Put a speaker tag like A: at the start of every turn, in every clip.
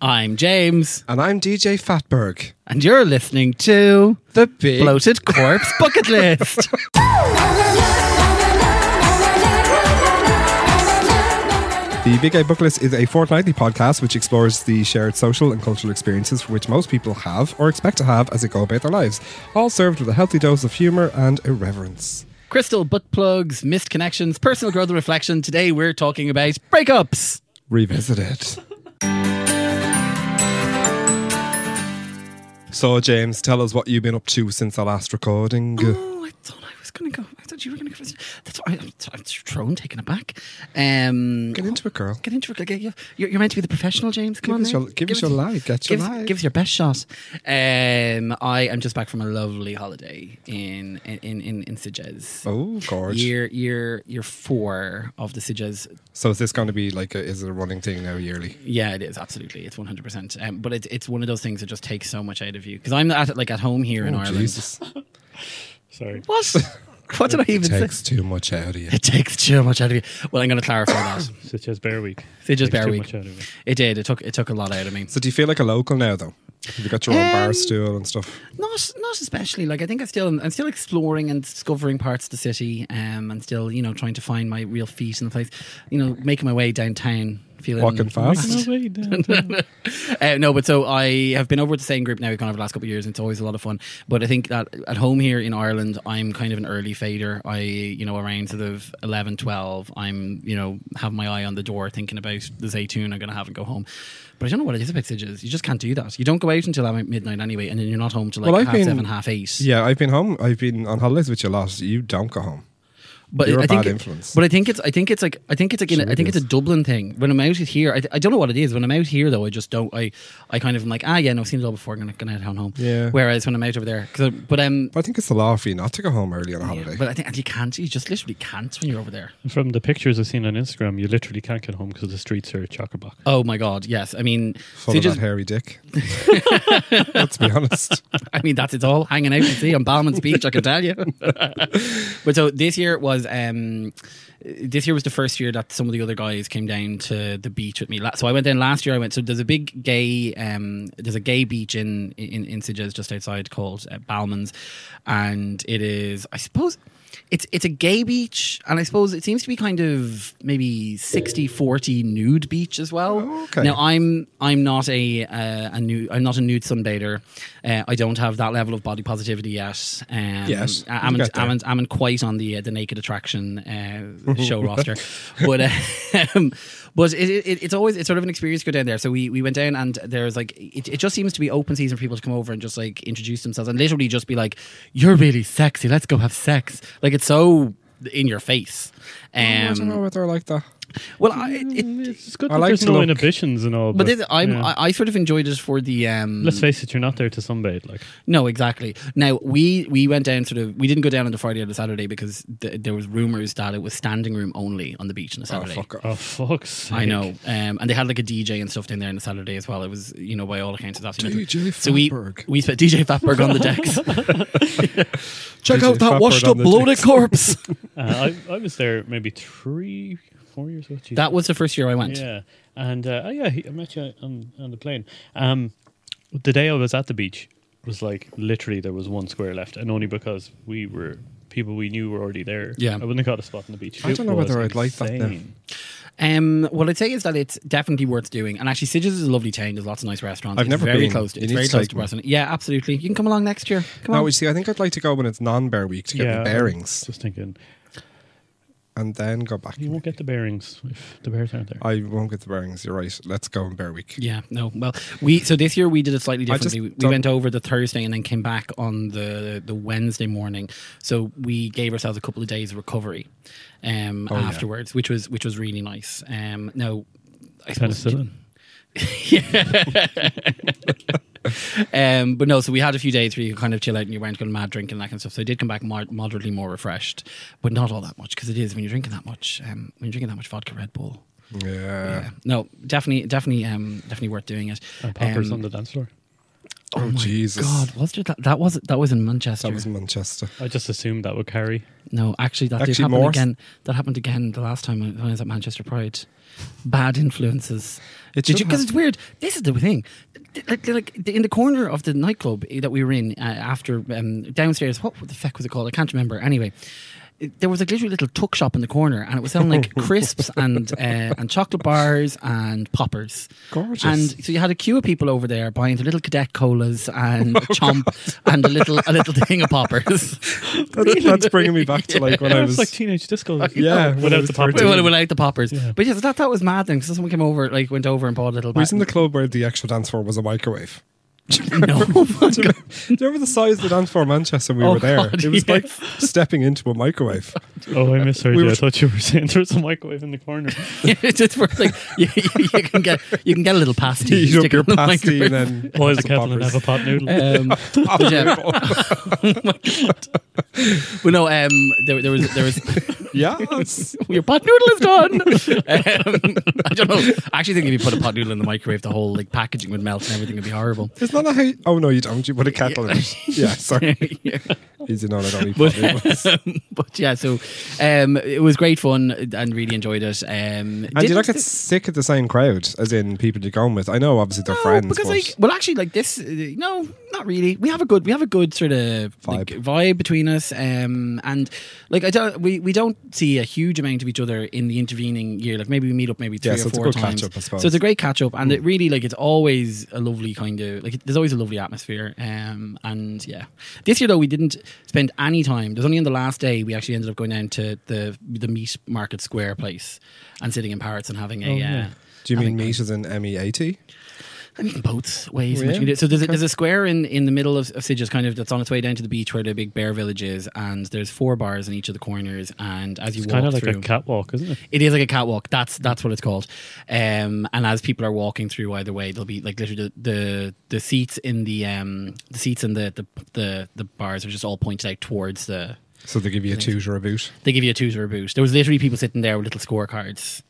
A: I'm James,
B: And I'm DJ Fatberg.
A: and you're listening to
B: The big
A: Bloated Corpse Bucket List.
B: The Big Gay Book List is a fortnightly podcast which explores the shared social and cultural experiences which most people have or expect to have as they go about their lives, all served with a healthy dose of humour and irreverence.
A: Crystal butt plugs, missed connections, personal growth and reflection. Today we're talking about breakups.
B: Revisited. so, James, tell us what you've been up to since the last recording.
A: Oh, I thought I was going to go. I thought you were going to go. first. That's why I'm, I'm thrown, taken aback. Um,
B: Get into it, girl.
A: Get into it. Get- you- You're, you're meant to be the professional, James. Come
B: Give
A: on,
B: us
A: now.
B: your- give us your lie. Get your
A: give us-
B: lie.
A: Give us your best shot. Um, I am just back from a lovely holiday in in in, in Sitges.
B: Oh, gorge.
A: Year year year four of the Sitges.
B: So, is this going to be like a, is it a running thing now yearly?
A: Yeah, it is absolutely. It's one hundred percent. Um, But it's it's one of those things that just takes so much out of you because I'm at like at home here in
B: Oh,
A: Ireland.
B: Jesus.
C: Sorry.
A: What? What did I even say?
B: Takes too much out of you.
A: It takes too much out of you. Well, I'm going to clarify that.
C: Such as Bear Week.
A: Sitges
C: Takes
A: Bear
C: too
A: Week.
C: much out of it.
A: It did. It took it took a lot out of me.
B: So do you feel like a local now though? Have you got your own bar
A: Um,
B: stool and stuff?
A: Not not especially. Like I think I still I'm still exploring and discovering parts of the city, um, and still you know trying to find my real feet in the place. You know, making my way downtown, feeling
B: Walking fast?
C: No way down.
A: uh, no, but so I have been over with the same group now, kind of the last couple of years, and it's always a lot of fun. But I think that at home here in Ireland, I'm kind of an early fader. I, you know, around sort of 11, 12, I'm, you know, have my eye on the door thinking about the Zaytun I'm going to have and go home. But I don't know what it is about Sidges. You just can't do that. You don't go out until about midnight anyway, and then you're not home till like
B: Well, I've
A: half
B: been-
A: seven, half eight.
B: Yeah, I've been home. I've been on holidays with you a lot. You don't go home.
A: But
B: You're
A: I
B: a
A: think
B: bad
A: it-
B: influence.
A: But I think it's I think it's like I think it's like in,
B: Sure
A: I think
B: it
A: it's a
B: is.
A: Dublin thing. When I'm out here, I, I don't know what it is. When I'm out here though, I just don't. I I kind of am like ah yeah no I've seen it all before. I'm gonna, gonna head on home.
B: Yeah.
A: Whereas when I'm out over there, 'cause I- but um.
B: I think it's the law for you not to go home early on a holiday.
A: But I think and you can't. You just literally can't when you're over there.
C: From the pictures I've seen on Instagram, you literally can't get home because the streets are chock-a-block.
A: Oh my god! Yes, I mean, so
B: Full of
A: you just-
B: that hairy dick. Let's be honest.
A: I mean, that's it's all hanging out to sea on Balmans Beach, I can tell you. but so this year was um, this year was the first year that some of the other guys came down to the beach with me. La- So I went down last year. I went. So there's a big gay um, there's a gay beach in in, in Sidges just outside called uh, Balmans, and it is I suppose. It's it's a gay beach, and I suppose it seems to be kind of maybe 60 40 nude beach as well.
B: Oh, Okay.
A: Now I'm I'm not a uh, a new I'm not a nude sunbather. Uh, I don't have that level of body positivity yet. Um,
B: Yes,
A: I- I'm
B: you
A: in,
B: got
A: I'm,
B: there.
A: in, I'm in quite on the uh, the naked attraction uh, show roster, but uh, um, but it, it, it's always it's sort of an experience to go down there. So we, we went down and there's like it, it just seems to be open season for people to come over and just like introduce themselves and literally just be like, "You're really sexy. Let's go have sex." Like it's so in your face.
B: I don't know
A: Um,
B: whether I like that.
A: well, I, Uh, it, it,
C: Mm, It's good
B: I
C: that
B: like
C: there's
B: to
C: no
B: look.
C: inhibitions and all.
A: but this, I'm,
C: yeah.
A: I, I sort of enjoyed it for the um,
C: Let's face it, you're not there to sunbathe. Like,
A: No, exactly. Now we we went down sort of we didn't go down on the Friday or the Saturday because th- there was rumors that it was standing room only on the beach on a
B: Oh,
A: Saturday.
B: fuck off.
C: oh fuck's sake.
A: I know, um, and they had like a DJ and stuff down there on the Saturday as well. It was you know by all accounts it's absolutely
B: DJ
A: so we
B: Fatberg.
A: we spent DJ Fatberg on the decks. Check
B: DJ
A: out that
B: Fatberg
A: washed
B: on
A: up
B: the
A: bloated
B: decks.
A: corpse.
C: Uh, I, I was there maybe three, four years ago. Jesus.
A: that was the first year I went.
C: Yeah, and uh, oh yeah, he, I met you on on the plane. Um, the day I was at the beach was like literally there was one square left, and only because we were people we knew were already there.
A: Yeah.
C: I wouldn't have got a spot on the beach.
B: I don't know
C: was
B: whether I'd like that now.
C: insane.
A: Um, what I'd say is that it's definitely worth doing. And actually, Sidges is a lovely town. There's lots of nice restaurants.
B: I've
A: It's
B: never
A: very
B: been.
A: close. To,
B: You
A: it's
B: need
A: very
B: to
A: close
B: take
A: to
B: me.
A: Barcelona. Yeah, absolutely. You can come along next year. Come
B: No,
A: on.
B: you see, I think I'd like to go when it's non-bear week to get
C: Oh. Yeah,
B: my
C: I was
B: bearings
C: Just thinking,
B: and then go back.
C: you won't get the bearings if the bears aren't there.
B: I won't get the bearings. You're right. Let's go in bear week.
A: Yeah, no. Well, we so this year we did it slightly
B: I just
A: differently. We
B: don't-
A: went over the Thursday and then came back on the the Wednesday morning. So we gave ourselves a couple of days recovery um,
B: Oh, yeah.
A: afterwards, which was which was really nice. Um, now, I suppose-
C: Penicillin.
A: um, but no, so we had a few days where you could kind of chill out and you weren't going mad drinking and that kind of stuff. So I did come back mod- moderately more refreshed, but not all that much because it is when you're drinking that much. Um, when you're drinking that much vodka, Red Bull.
B: Yeah.
A: Yeah. No, definitely, definitely, um, definitely worth doing it.
C: And poppers
A: Um,
C: on the dance floor.
B: Oh,
A: my
B: Jesus.
A: God, was there that? That was that was in Manchester.
B: That was Manchester.
C: I just assumed that would carry.
A: no, actually, that did
B: Actually,
A: happen
B: more.
A: again. That happened again the last time I- when I was at Manchester Pride. Bad influences.
B: It
A: did you?
B: should
A: Because
B: have.
A: it's weird. This is the thing. Like, like in the corner of the nightclub that we were in uh, after um, downstairs. What the fuck was it called? I can't remember. Anyway. it- There was like literally a little tuck shop in the corner, and it was selling like crisps and uh, and chocolate bars and poppers.
B: Gorgeous.
A: And so you had a queue of people over there buying the little cadet colas and
B: Oh,
A: a chomp and a little a little thing of poppers.
B: That, that's bringing me back to like when I
C: It's
B: was.
C: like teenage disco.
B: Yeah, when I
C: without
B: was
C: the pop.
B: 13.
A: Well, without the poppers.
C: Yeah.
A: But yeah, so that that was mad thing. So someone came over, like went over and bought a little.
B: I was in the
A: bag-
B: club where the actual dance floor was a microwave.
A: no,
B: Do you, remember, do you remember the size of the dance floor in Manchester when we
A: Oh,
B: were there?
A: God,
B: it was
A: yes.
B: like stepping into a microwave.
C: Oh, I misheard
B: We
C: you.
B: were-
C: I thought you were saying there was a microwave in the corner.
A: it's just for like you, you, you can get you can get a little pasty. stick
B: You eat up
A: it
B: your
A: in the
B: pasty
A: microwave.
B: and then
C: Boil the
B: some
C: kettle and
B: poppers.
C: have a pot noodle.
A: Um, but yeah. oh my god! But no, um, there, there was there was
B: Yes.
A: your pot noodle is done. um, I don't know. I actually think if you put a pot noodle in the microwave, the whole like packaging would melt and everything would be horrible.
B: It's not a how you- oh no, you don't. You put a kettle in it. Yeah, sorry. Easy no, I don't eat pot noodles.
A: but yeah, so um, it was great fun and really enjoyed it. Um, and
B: And you don't get sick of the same crowd, as in people you're going with. I know, obviously, they're friends.
A: because
B: but
A: like well actually like this uh, no not really we have a good we have a good sort of like,
B: Vibe.
A: vibe between us um and like I don't we, we don't see a huge amount of each other in the intervening year like maybe we meet up maybe three
B: Yeah,
A: or
B: so it's a
A: four
B: good
A: times
B: catch-up, I suppose. Hmm.
A: so it's a great catch up and it really like it's always a lovely kind of like there's always a lovely atmosphere um and yeah this year though we didn't spend any time there's only on the last day we actually ended up going down to the the meat market square place and sitting in Parrots and having a
C: Oh, yeah.
A: uh,
B: do you mean
A: having-
B: meat as in M E A T?
A: I mean, both ways. in
B: Yeah.
A: which you can do it. So there's a, there's a square in, in the middle of, of Sidges, kind of that's on its way down to the beach where the big bear village is, and there's four bars in each of the corners. And as you
C: It's
A: walk
C: kind of like
A: through,
C: a catwalk, isn't it?
A: it is like a catwalk. That's that's what it's called. Um, and as people are walking through either way, there'll be like literally the the, the seats in the um the seats in the the, the the bars are just all pointed out towards the.
B: So they give you a toot or a boot.
A: They give you a two or a boot. There was literally people sitting there with little scorecards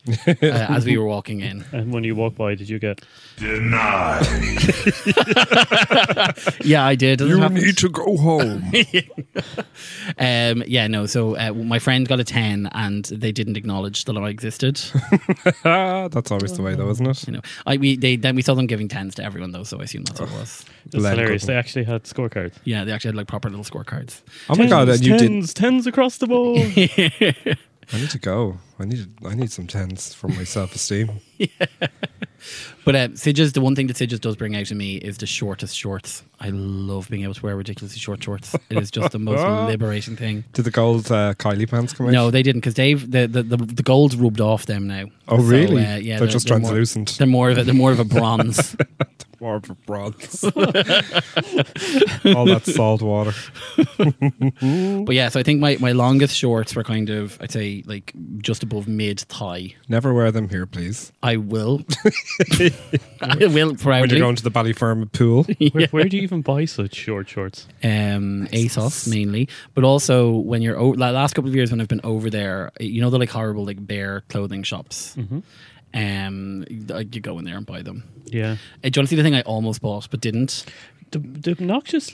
A: uh, as we were walking in.
C: And when you walk by, did you get?
D: Denied.
A: Yeah, I did. Doesn't it
B: You
A: happen?
B: need to go home.
A: Um, yeah, no. So uh, my friend got a 10 and they didn't acknowledge that I existed.
B: That's always the way, though, isn't it?
A: you know, I, we, they, then we saw them giving 10s to everyone, though, so I assume that's what it was.
C: It's
B: Len
C: hilarious.
B: Goodman.
C: They actually had scorecards.
A: Yeah, they actually had like proper little scorecards.
B: Oh my god!
C: Tens,
B: And you did.
C: tens, tens across the board.
B: I need to go. I need. I need some tens for my self esteem.
A: But uh, Sidges, the one thing that Sidges does bring out in me is the shortest shorts. I love being able to wear ridiculously short shorts. It is just the most liberating thing.
B: Did the gold uh, Kylie pants come out?
A: No, they didn't because Dave the, the the the gold's rubbed off them now.
B: Oh,
A: So,
B: really?
A: uh, yeah,
B: They're just
A: more-
B: translucent.
A: they're more of a, they're more of a bronze.
B: More of a bronze. All that salt water.
A: But yeah, so I think my, my longest shorts were kind of, I'd say, like just above mid thigh.
B: Never wear them here, please.
A: I will. I will proudly.
B: When you're going to the Ballyfermot pool,
C: Where, where do you even buy such short shorts?
A: um, ASOS mainly, but also when you're, o- la- last couple of years when I've been over there, you know, the like horrible like bear clothing shops. Um, like, you go in there and buy them.
C: Yeah,
A: Uh, do you want to see the thing I almost bought but didn't?
C: the, the obnoxious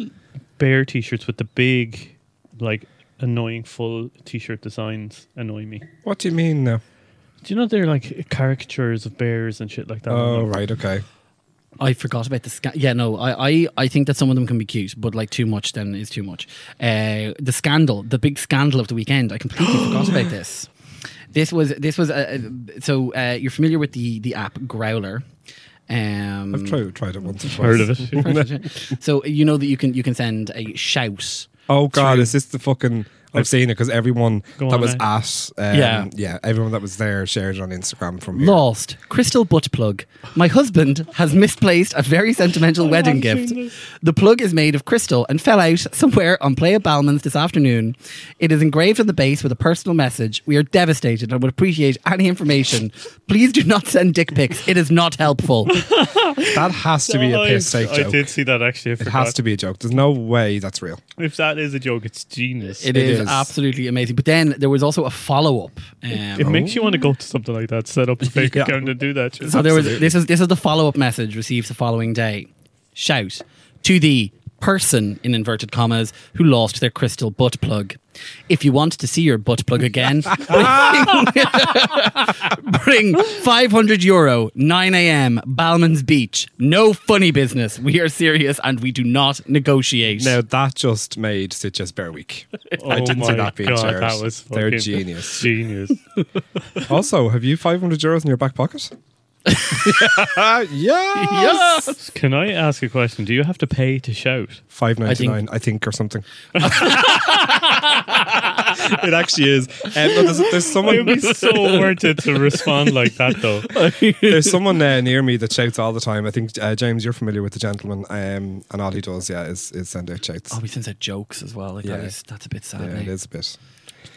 C: bear T-shirts with the big, like, annoying full T-shirt designs annoy me.
B: what do you mean now?
C: Do you know they're like caricatures of bears and shit like that?
B: Oh, right, okay.
A: I forgot about the scan. Yeah, no, I, I, I think that some of them can be cute, but like too much then is too much. Uh, the scandal, the big scandal of the weekend. I completely forgot about this. This was this was uh, uh, so uh, you're familiar with the the app Growler. Um,
B: I've tried, tried it once or twice.
C: Heard of it?
A: so you know that you can you can send a shout.
B: Oh God, is this the fucking? I've seen it because everyone
C: Go
B: that
C: on
B: was
C: now.
B: at um,
A: Yeah.
B: yeah everyone that was there shared it on Instagram from here.
A: Lost crystal butt plug. My husband has misplaced a very sentimental wedding
C: have
A: gift.
C: seen this.
A: The plug is made of crystal and fell out somewhere on Playa Balmans this afternoon. It is engraved on the base with a personal message. We are devastated and would appreciate any information. Please do not send dick pics. It is not helpful.
B: That has to be a piss take
C: I
B: joke.
C: did see that actually. I
B: It has to be a joke. There's no way that's real.
C: If that is a joke, it's genius.
A: it
B: It
A: is,
B: is.
A: absolutely amazing. But then there was also a follow up. Um,
C: It makes you want to go to something like that, set up a fake
B: Yeah.
C: account and do that. Shit.
A: So there was this is this is the follow up message received the following day. Shout. to the person in inverted commas who lost their crystal butt plug. If you want to see your butt plug again, bring, bring 500 euro, 9 a.m., Balman's Beach. No funny business. We are serious and we do not negotiate.
B: Now that just made Sitges Bear Week. I
C: Oh
B: didn't see
C: my
B: that being
C: God,
B: shared.
C: That was
B: They're
C: fucking
B: genius.
C: Genius.
B: also, have you 500 euros in your back pocket? yeah.
A: Yes!
C: Can I ask a question? Do you have to pay to shout?
B: 599 I think, or something. it actually is. Um, no, there's, there's
C: It would
B: someone
C: be so worth it to respond like that, though.
B: there's someone uh, near me that shouts all the time. I think uh, James, you're familiar with the gentleman, um, and all he does, yeah, is, is send out shouts.
A: Oh, we send out jokes as well. Like
B: Yeah.
A: that is, that's a bit sad.
B: yeah,
A: mate.
B: it is a bit.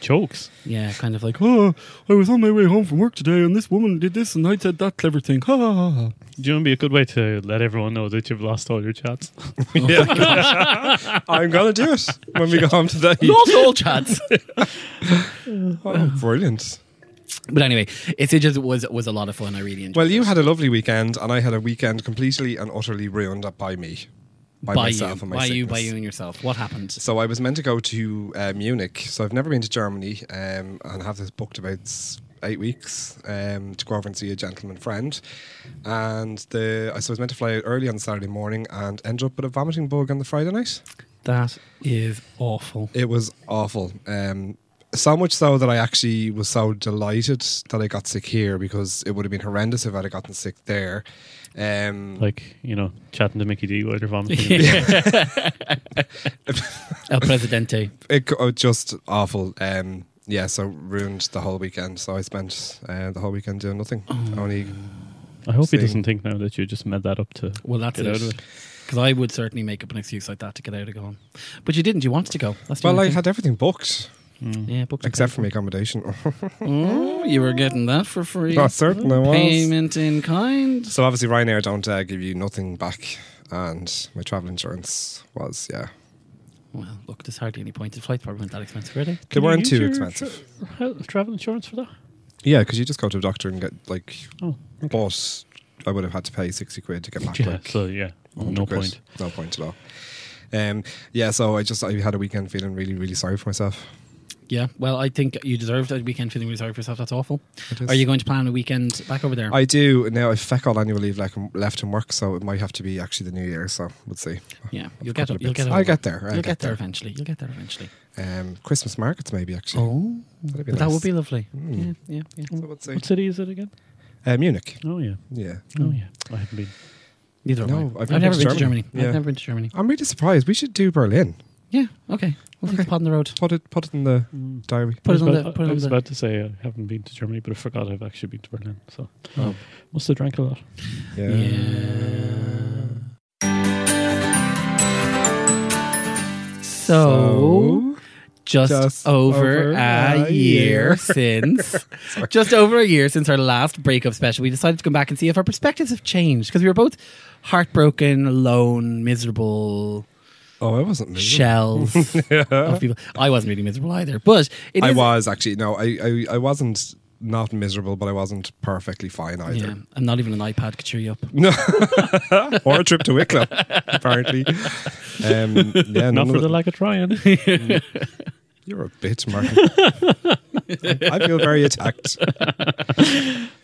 C: Jokes.
A: Yeah, kind of like, oh, I was on my way home from work today and this woman did this and I said that clever thing. Ha ha ha, ha.
C: Do you know would be a good way to let everyone know that you've lost all your chats?
B: Oh, I'm gonna do it when we go home today.
A: Not all chats.
B: Oh, brilliant.
A: but anyway, it's, it just was was a lot of fun. I really enjoyed
B: Well, you had a lovely weekend, and I had a weekend completely and utterly ruined up by me, by,
A: it. By you,
B: myself and my
A: by you, by
B: sickness.
A: you and yourself. What happened?
B: So I was meant to go to uh, Munich. So I've never been to Germany, um, and have this booked about s- eight weeks um, to go over and see a gentleman friend. And the I so I was meant to fly out early on Saturday morning, and ended up with a vomiting bug on the Friday night.
A: That is awful.
B: It was awful. Um, so much so that I actually was so delighted that I got sick here because it would have been horrendous if I'd have gotten sick there. Um,
C: Like, you know, chatting to Mickey D while you're vomiting.
A: El Presidente.
B: it go- oh, just awful. Um, yeah, so ruined the whole weekend. So I spent uh, the whole weekend doing nothing.
C: Oh,
B: Only
C: I hope he
B: Same.
C: doesn't think now that you just made that up to
A: Well, that's
C: get out of
A: it.
C: it.
A: Because I would certainly make up an excuse like that to get out of going. But you didn't. You wanted to go. That's the
B: well, I
A: only
B: had everything booked
A: thing.
C: mm.
A: yeah, booked a
B: except for my accommodation.
A: Oh, you were getting that for free.
B: Not certain Oh, I was.
A: Payment in kind.
B: So obviously Ryanair don't uh, give you nothing back, and my travel insurance was yeah.
A: Well, look, there's hardly any point. The flights probably weren't that expensive, were they?
B: They
C: Can you
B: weren't
C: use
B: too
C: your
B: expensive.
C: tra- health- travel insurance for that?
B: Yeah, because you just go to a doctor and get like.
C: Oh,
B: But I would have had to pay sixty quid to get back.
C: yeah.
B: like,
C: So, yeah,
B: 100
C: no
B: quid.
C: point.
B: No point at all. Um, yeah, so I just I had a weekend feeling really really sorry for myself.
A: Yeah. Well, I think you deserved a weekend feeling really sorry for yourself. That's awful.
B: It is.
A: Are you going to plan a weekend back over there?
B: I do now. I feck all annual leave like I'm left in work, so it might have to be actually the new year. So we'll see.
A: yeah, you'll get
B: couple
A: it.
B: of
A: You'll
B: bits.
A: get it.
B: I'll get there. I'll
A: You'll get,
B: get
A: there
B: there.
A: eventually. You'll get there eventually.
B: Um, Christmas markets maybe actually.
A: Oh,
B: That'd be
A: that
B: nice.
A: would be lovely.
B: Hmm.
A: Yeah, yeah, yeah.
B: So we'll see.
C: What city is it again?
B: Uh, Munich.
C: Oh, yeah.
B: Yeah.
C: Oh, yeah. I haven't been.
A: Neither have
B: No,
A: I.
B: I've
A: I've,
B: never
A: never
B: been
A: been
B: to
A: to Germany.
B: Yeah.
A: I've never been to Germany.
B: I'm really surprised. We should do Berlin.
A: Yeah. Okay. We'll take the pod on the road.
B: Put it put it in the
C: Mm.
B: diary.
A: Put it
C: I
A: on
C: was
A: the.
C: about-
A: Put
C: I
A: it on
C: was
A: the.
C: about to say uh, I haven't been to Germany, but I forgot I've actually been to Berlin. So must have drank a lot.
B: Yeah.
A: Yeah. So. just,
B: Just
A: over,
B: over
A: a,
B: a year.
A: year since just over a year since our last breakup special we decided to come back and see if our perspectives have changed because we were both heartbroken alone miserable
B: oh, I wasn't. moving.
A: shells of people i wasn't really miserable either but it
B: I
A: is-
B: was actually no. I, I I wasn't not miserable, but I wasn't perfectly fine
A: yeah
B: either.
A: and not even an ipad could cheer you up
B: or a trip to Wicklow, apparently. Um, yeah,
C: Not
B: none
C: for
B: of
C: the
B: the,
C: lack of trying.
B: You're a bitch, Martin. I feel very attacked.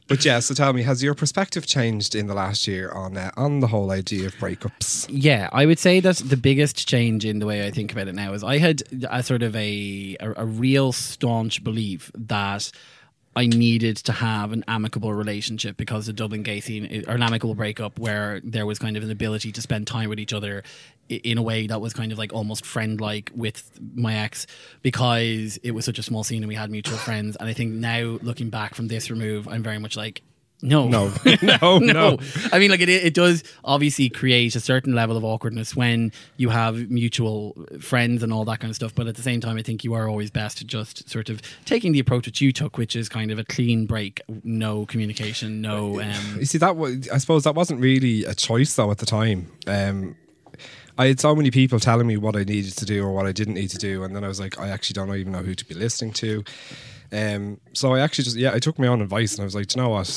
B: But yeah, so tell me, has your perspective changed in the last year on uh, on the whole idea of breakups?
A: Yeah, I would say that the biggest change in the way I think about it now is I had a sort of a a, a real staunch belief that I needed to have an amicable relationship because the Dublin gay scene i- or an amicable breakup where there was kind of an ability to spend time with each other i- in a way that was kind of like almost friend like with my ex because it was such a small scene and we had mutual friends and I think now looking back from this remove I'm very much like
B: No, no, no.
A: no. I mean, like it, it does obviously create a certain level of awkwardness when you have mutual friends and all that kind of stuff. But at the same time, I think you are always best to just sort of taking the approach that you took, which is kind of a clean break, no communication, no. Um,
B: You see, that wa- I suppose that wasn't really a choice though at the time. Um, I had so many people telling me what I needed to do or what I didn't need to do, and then I was like, I actually don't even know who to be listening to. Um, so I actually just yeah, I took my own advice and I was like, "Do you know what,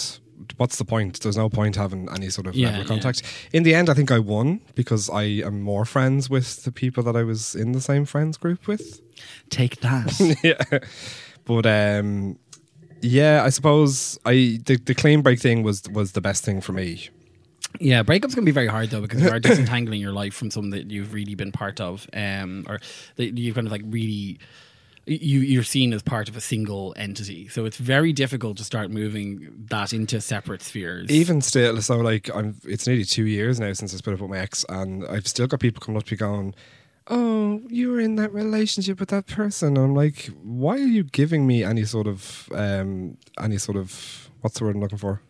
B: what's the point? There's no point having any sort of
A: Yeah,
B: network
A: yeah.
B: contact. In the end, I think I won because I am more friends with the people that I was in the same friends group with.
A: Take that.
B: yeah. But um, yeah, I suppose I the, the clean break thing was was the best thing for me.
A: yeah, breakups can be very hard though because you are disentangling your life from something that you've really been part of, um, or that you kind of like really you you're seen as part of a single entity. So it's very difficult to start moving that into separate spheres.
B: Even still, so like I'm. It's nearly two years now since I split up with my ex, and I've still got people coming up to me going, "Oh, you were in that relationship with that person." And I'm like, why are you giving me any sort of um any sort of what's the word I'm looking for?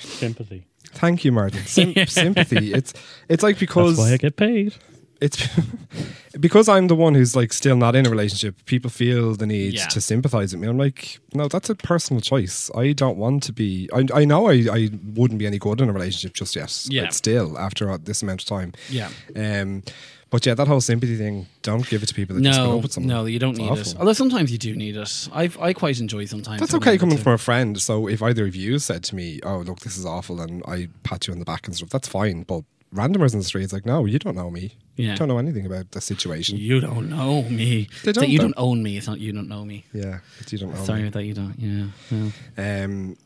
C: Sympathy.
B: Thank you, Martin. Sym- sympathy. It's it's like
C: That's
B: because
C: why I get paid.
B: it's because I'm the one who's like still not in a relationship. People feel the need
A: Yeah.
B: to sympathize with me. I'm like, no, that's a personal choice. I don't want to be. I, I know I, I wouldn't be any good in a relationship just yet.
A: Yeah.
B: But still, after all this amount of time.
A: Yeah.
B: Um. But yeah, that whole sympathy thing. Don't give it to people that just put
A: no,
B: up with someone.
A: no, you don't
B: It's
A: need it.
B: awful.
A: Although sometimes you do need it. I I quite enjoy sometimes.
B: That's
A: being
B: okay
A: able
B: coming
A: to-
B: from a friend. So if either of you said to me, "Oh, look, this is awful," and I pat you on the back and stuff, that's fine. But randomers in the street, it's like, no, you don't know me.
A: Yeah.
B: You don't know anything about the situation.
A: You don't know me.
B: They
A: It's like
B: don't,
A: you
B: though.
A: don't own me. It's not you don't know me.
B: Yeah, but you don't know.
A: Sorry
B: me.
A: that you don't. Yeah. yeah.
B: Um,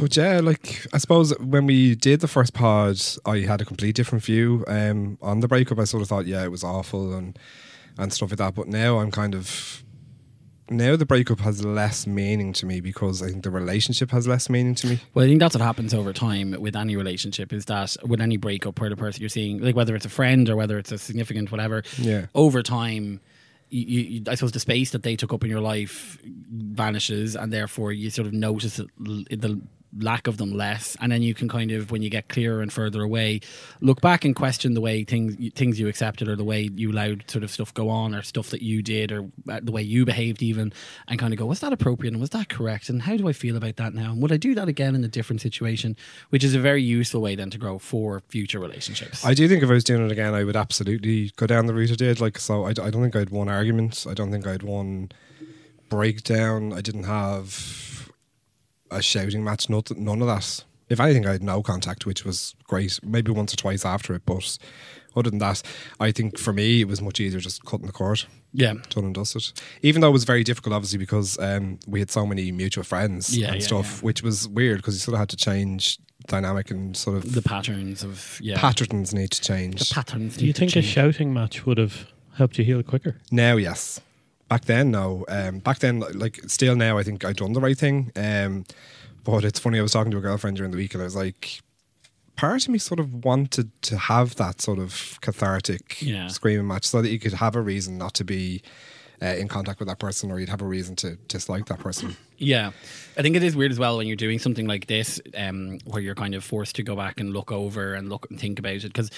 B: but yeah, like I suppose when we did the first pod, I had a complete different view um, on the breakup. I sort of thought, yeah, it was awful and and stuff like that. But now I'm kind of now the breakup has less meaning to me because I think the relationship has less meaning to me.
A: Well, I think that's what happens over time with any relationship is that with any breakup where the person you're seeing, like whether it's a friend or whether it's a significant whatever,
B: Yeah.
A: over time, you, you, you- I suppose the space that they took up in your life vanishes, and therefore you sort of notice it, l- the lack of them less, and then you can kind of, when you get clearer and further away, look back and question the way things you- things you accepted or the way you allowed sort of stuff go on or stuff that you did or uh, the way you behaved even, and kind of go, was that appropriate and was that correct and how do I feel about that now and would I do that again in a different situation, which is a very useful way then to grow for future relationships.
B: I do think if I was doing it again, I would absolutely go down the route I did. Like, so I, I don't think I'd won arguments. I don't think I'd won breakdown. I didn't have a shouting match. Not, none of that. If anything, I had no contact, which was great. Maybe once or twice after it, but other than that, I think for me it was much easier just cutting the cord.
A: yeah.
B: Done and dusted. Even though it was very difficult, obviously, because um, we had so many mutual friends
A: Yeah,
B: and
A: yeah,
B: stuff,
A: yeah.
B: which was weird because you sort of had to change dynamic and sort of
A: the patterns of yeah
B: patterns need to change.
A: patterns.
C: Do you think a shouting match would have helped you heal quicker?
B: Now, yes. Back then, no. Um, back then, li- like, still now, I think I'd done the right thing. Um, but it's funny, I was talking to a girlfriend during the week and I was like, part of me sort of wanted to have that sort of cathartic
A: Yeah.
B: screaming match so that you could have a reason not to be uh, in contact with that person or you'd have a reason to dislike that
A: Mm.
B: person.
A: Yeah, I think it is weird as well when you're doing something like this, um, where you're kind of forced to go back and look over and look and think about it because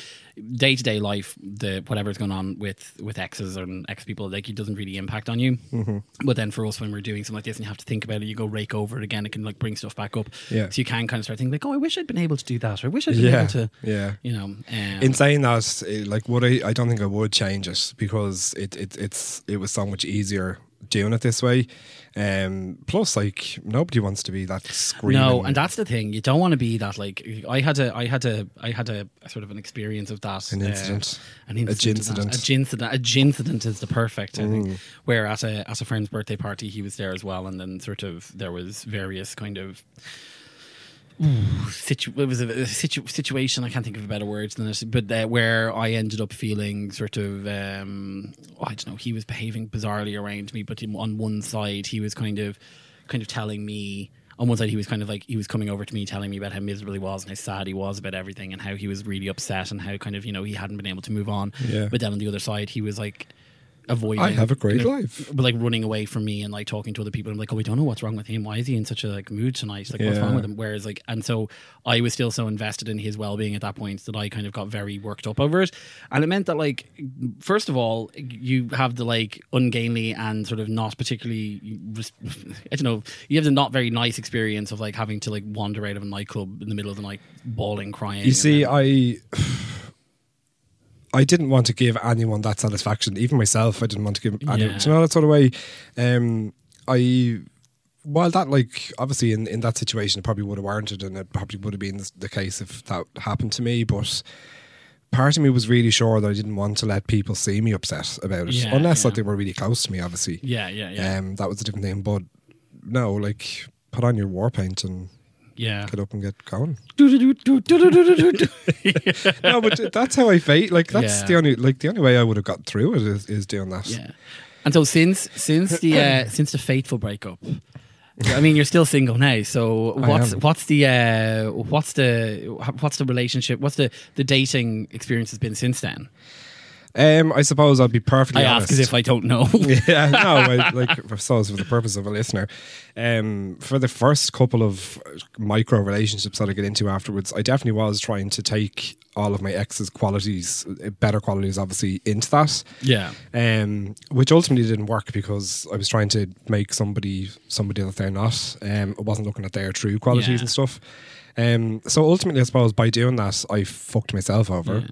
A: day to day life, the whatever's going on with with exes and ex people, like it doesn't really impact on you.
B: Mm-hmm.
A: But then for us, when we're doing something like this and you have to think about it, you go rake over it again. It can like bring stuff back up.
B: Yeah.
A: So you can kind of start thinking like, oh, I wish I'd been able to do that, or I wish I'd been
B: Yeah,
A: able to,
B: yeah.
A: you know, um,
B: In saying that, it, like, would I? I don't think I would change it because it, it it's it was so much easier doing it this way. Um, plus, like, nobody wants to be that screaming.
A: No, and that's the thing. You don't want to be that. Like I had a, I had a, I had a, a sort of an experience of that. uh,
B: An incident.
A: an
B: A
A: incident. of that.
B: gincident.
A: A gincident. A gincident is the perfect. I
B: Mm.
A: think. Where at a at a friend's birthday party, he was there as well, and then sort of there was various kind of. Situ- it was a, a situ- situation I can't think of a better word than this, but uh, where I ended up feeling sort of um, oh, I don't know. He was behaving bizarrely around me, but in- on one side he was kind of kind of telling me on one side he was kind of like he was coming over to me telling me about how miserable he was and how sad he was about everything and how he was really upset and how kind of you know he hadn't been able to move on.
B: Yeah.
A: But then on the other side he was like avoiding.
B: I have a great
A: kind of-
B: life.
A: But like running away from me and like talking to other people. I'm like, oh, we don't know what's wrong with him. Why is he in such a like mood tonight? Like what's
B: Yeah.
A: wrong with him? Whereas like, and so I was still so invested in his well being at that point that I kind of got very worked up over it, and it meant that like, first of all, you have the like ungainly and sort of not particularly, I don't know, you have the not very nice experience of like having to like wander out of a nightclub in the middle of the night, bawling, crying.
B: You
A: and
B: see,
A: then-
B: I I didn't want to give anyone that satisfaction, even myself. I didn't want to give anyone.
A: Yeah.
B: Do you know that sort of way? Um, I while that, like, obviously in, in that situation, it probably would have warranted, and it probably would have been the- the case if that happened to me, but part of me was really sure that I didn't want to let people see me upset about it,
A: Yeah,
B: unless
A: yeah.
B: like, they were really close to me, obviously.
A: Yeah, yeah, yeah,
B: Um, that was a different thing, but no, like, put on your war paint and
A: yeah.
B: get up and get going.
A: yeah.
B: no, but that's how I felt. Like, that's
A: Yeah.
B: the only like the only way I would have got through it is, is doing that.
A: And so since since the uh, since the fateful breakup, I mean, you're still single now. So
B: I
A: what's
B: am.
A: what's the uh, what's the what's the relationship? What's the the dating experience has been since then?
B: Um, I suppose I'll be perfectly
A: I
B: honest.
A: ask as if I don't know.
B: yeah, no, I, like I suppose for the purpose of a listener, um, for the first couple of micro relationships that I get into afterwards, I definitely was trying to take all of my ex's qualities, uh, better qualities, obviously, into that.
A: yeah.
B: um, which ultimately didn't work because I was trying to make somebody somebody that they're not. Um, I wasn't looking at their true qualities
A: Yeah.
B: and stuff. Um, so ultimately, I suppose by doing that, I fucked myself over.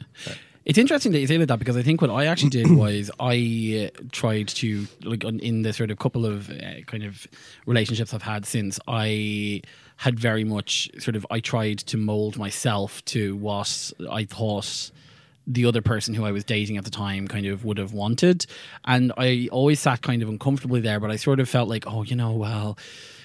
A: It's interesting that you say about that because I think what I actually did was I uh, tried to like on- in the sort of couple of uh, kind of relationships I've had since I had very much sort of I tried to mold myself to what I thought the other person who I was dating at the time kind of would have wanted and I always sat kind of uncomfortably there but I sort of felt like oh you know well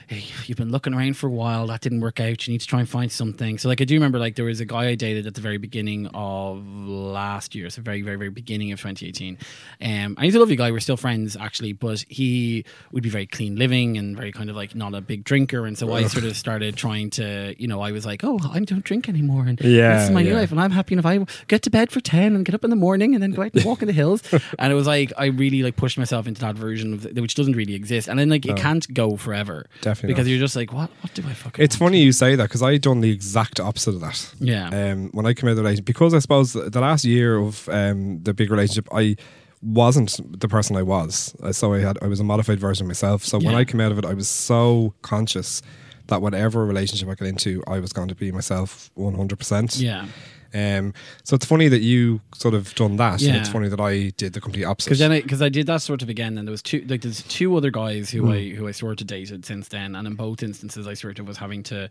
A: hey, you've been looking around for a while that didn't work out you need to try and find something so like i do remember like there was a guy i dated at the very beginning of last year so very very very beginning of 2018 um, and he's a lovely guy we're still friends actually but he would be very clean living and very kind of like not a big drinker and so i sort of started trying to you know i was like oh i don't drink anymore and
B: Yeah,
A: this is my new
B: yeah.
A: life and i'm happy enough i get to bed for 10 and get up in the morning and then go out and walk in the hills and it was like i really like pushed myself into that version of which doesn't really exist and then like it can't go forever
B: Definitely
A: because
B: not.
A: you're just like, what? What do I fucking?
B: It's funny you say that because I done the exact opposite of that.
A: Yeah.
B: Um, when I came out of the relationship, because I suppose the the last year of um, the big relationship, I wasn't the person I was. Uh, So I had I was a modified version of myself. So when
A: Yeah.
B: I came out of it, I was so conscious that whatever relationship I got into, I was going to be myself one hundred percent.
A: Yeah.
B: Um, so it's funny that you sort of done that, and
A: Yeah.
B: it's funny that I did the complete opposite.
A: Because then, because I, did that sort of again, and there was two like there's two other guys
B: Hmm.
A: who I who I sort of dated since then, and in both instances, I sort of was having to,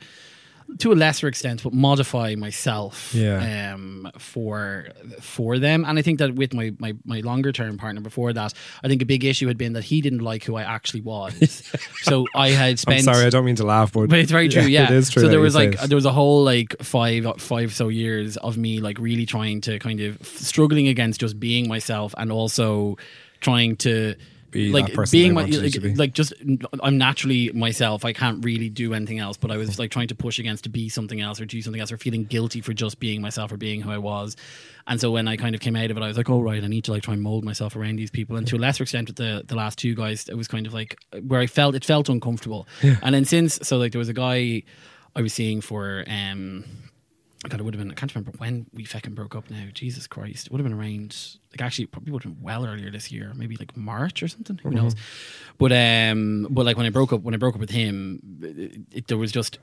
A: to a lesser extent, but modify myself,
B: Yeah.
A: um, for for them. And I think that with my my, my longer term partner before that, I think a big issue had been that he didn't like who I actually was, so I had
B: I'm
A: spent.
B: sorry, I don't mean to laugh, but,
A: But it's very true. Yeah,
B: it is true.
A: So
B: that
A: there
B: you
A: was
B: say
A: like
B: it.
A: there was a whole like five five so years of me like really trying to kind of struggling against just being myself and also trying to.
B: Be
A: like
B: that person they
A: being my
B: want you to be.
A: like, like just I'm naturally myself. I can't really do anything else. But I was like trying to push against to be something else or do something else or feeling guilty for just being myself or being who I was. And so when I kind of came out of it, I was like, oh right, I need to like try and mold myself around these people. And to a lesser extent with the the last two guys, it was kind of like where I felt it felt uncomfortable. And then since so like there was a guy I was seeing for um God, it would have been. I can't remember when we fucking broke up. Now, Jesus Christ, it would have been around. Like, actually, it probably would have been well earlier this year, maybe like March or something. Who knows? But um, but like when I broke up, when I broke up with him, it, it, there was just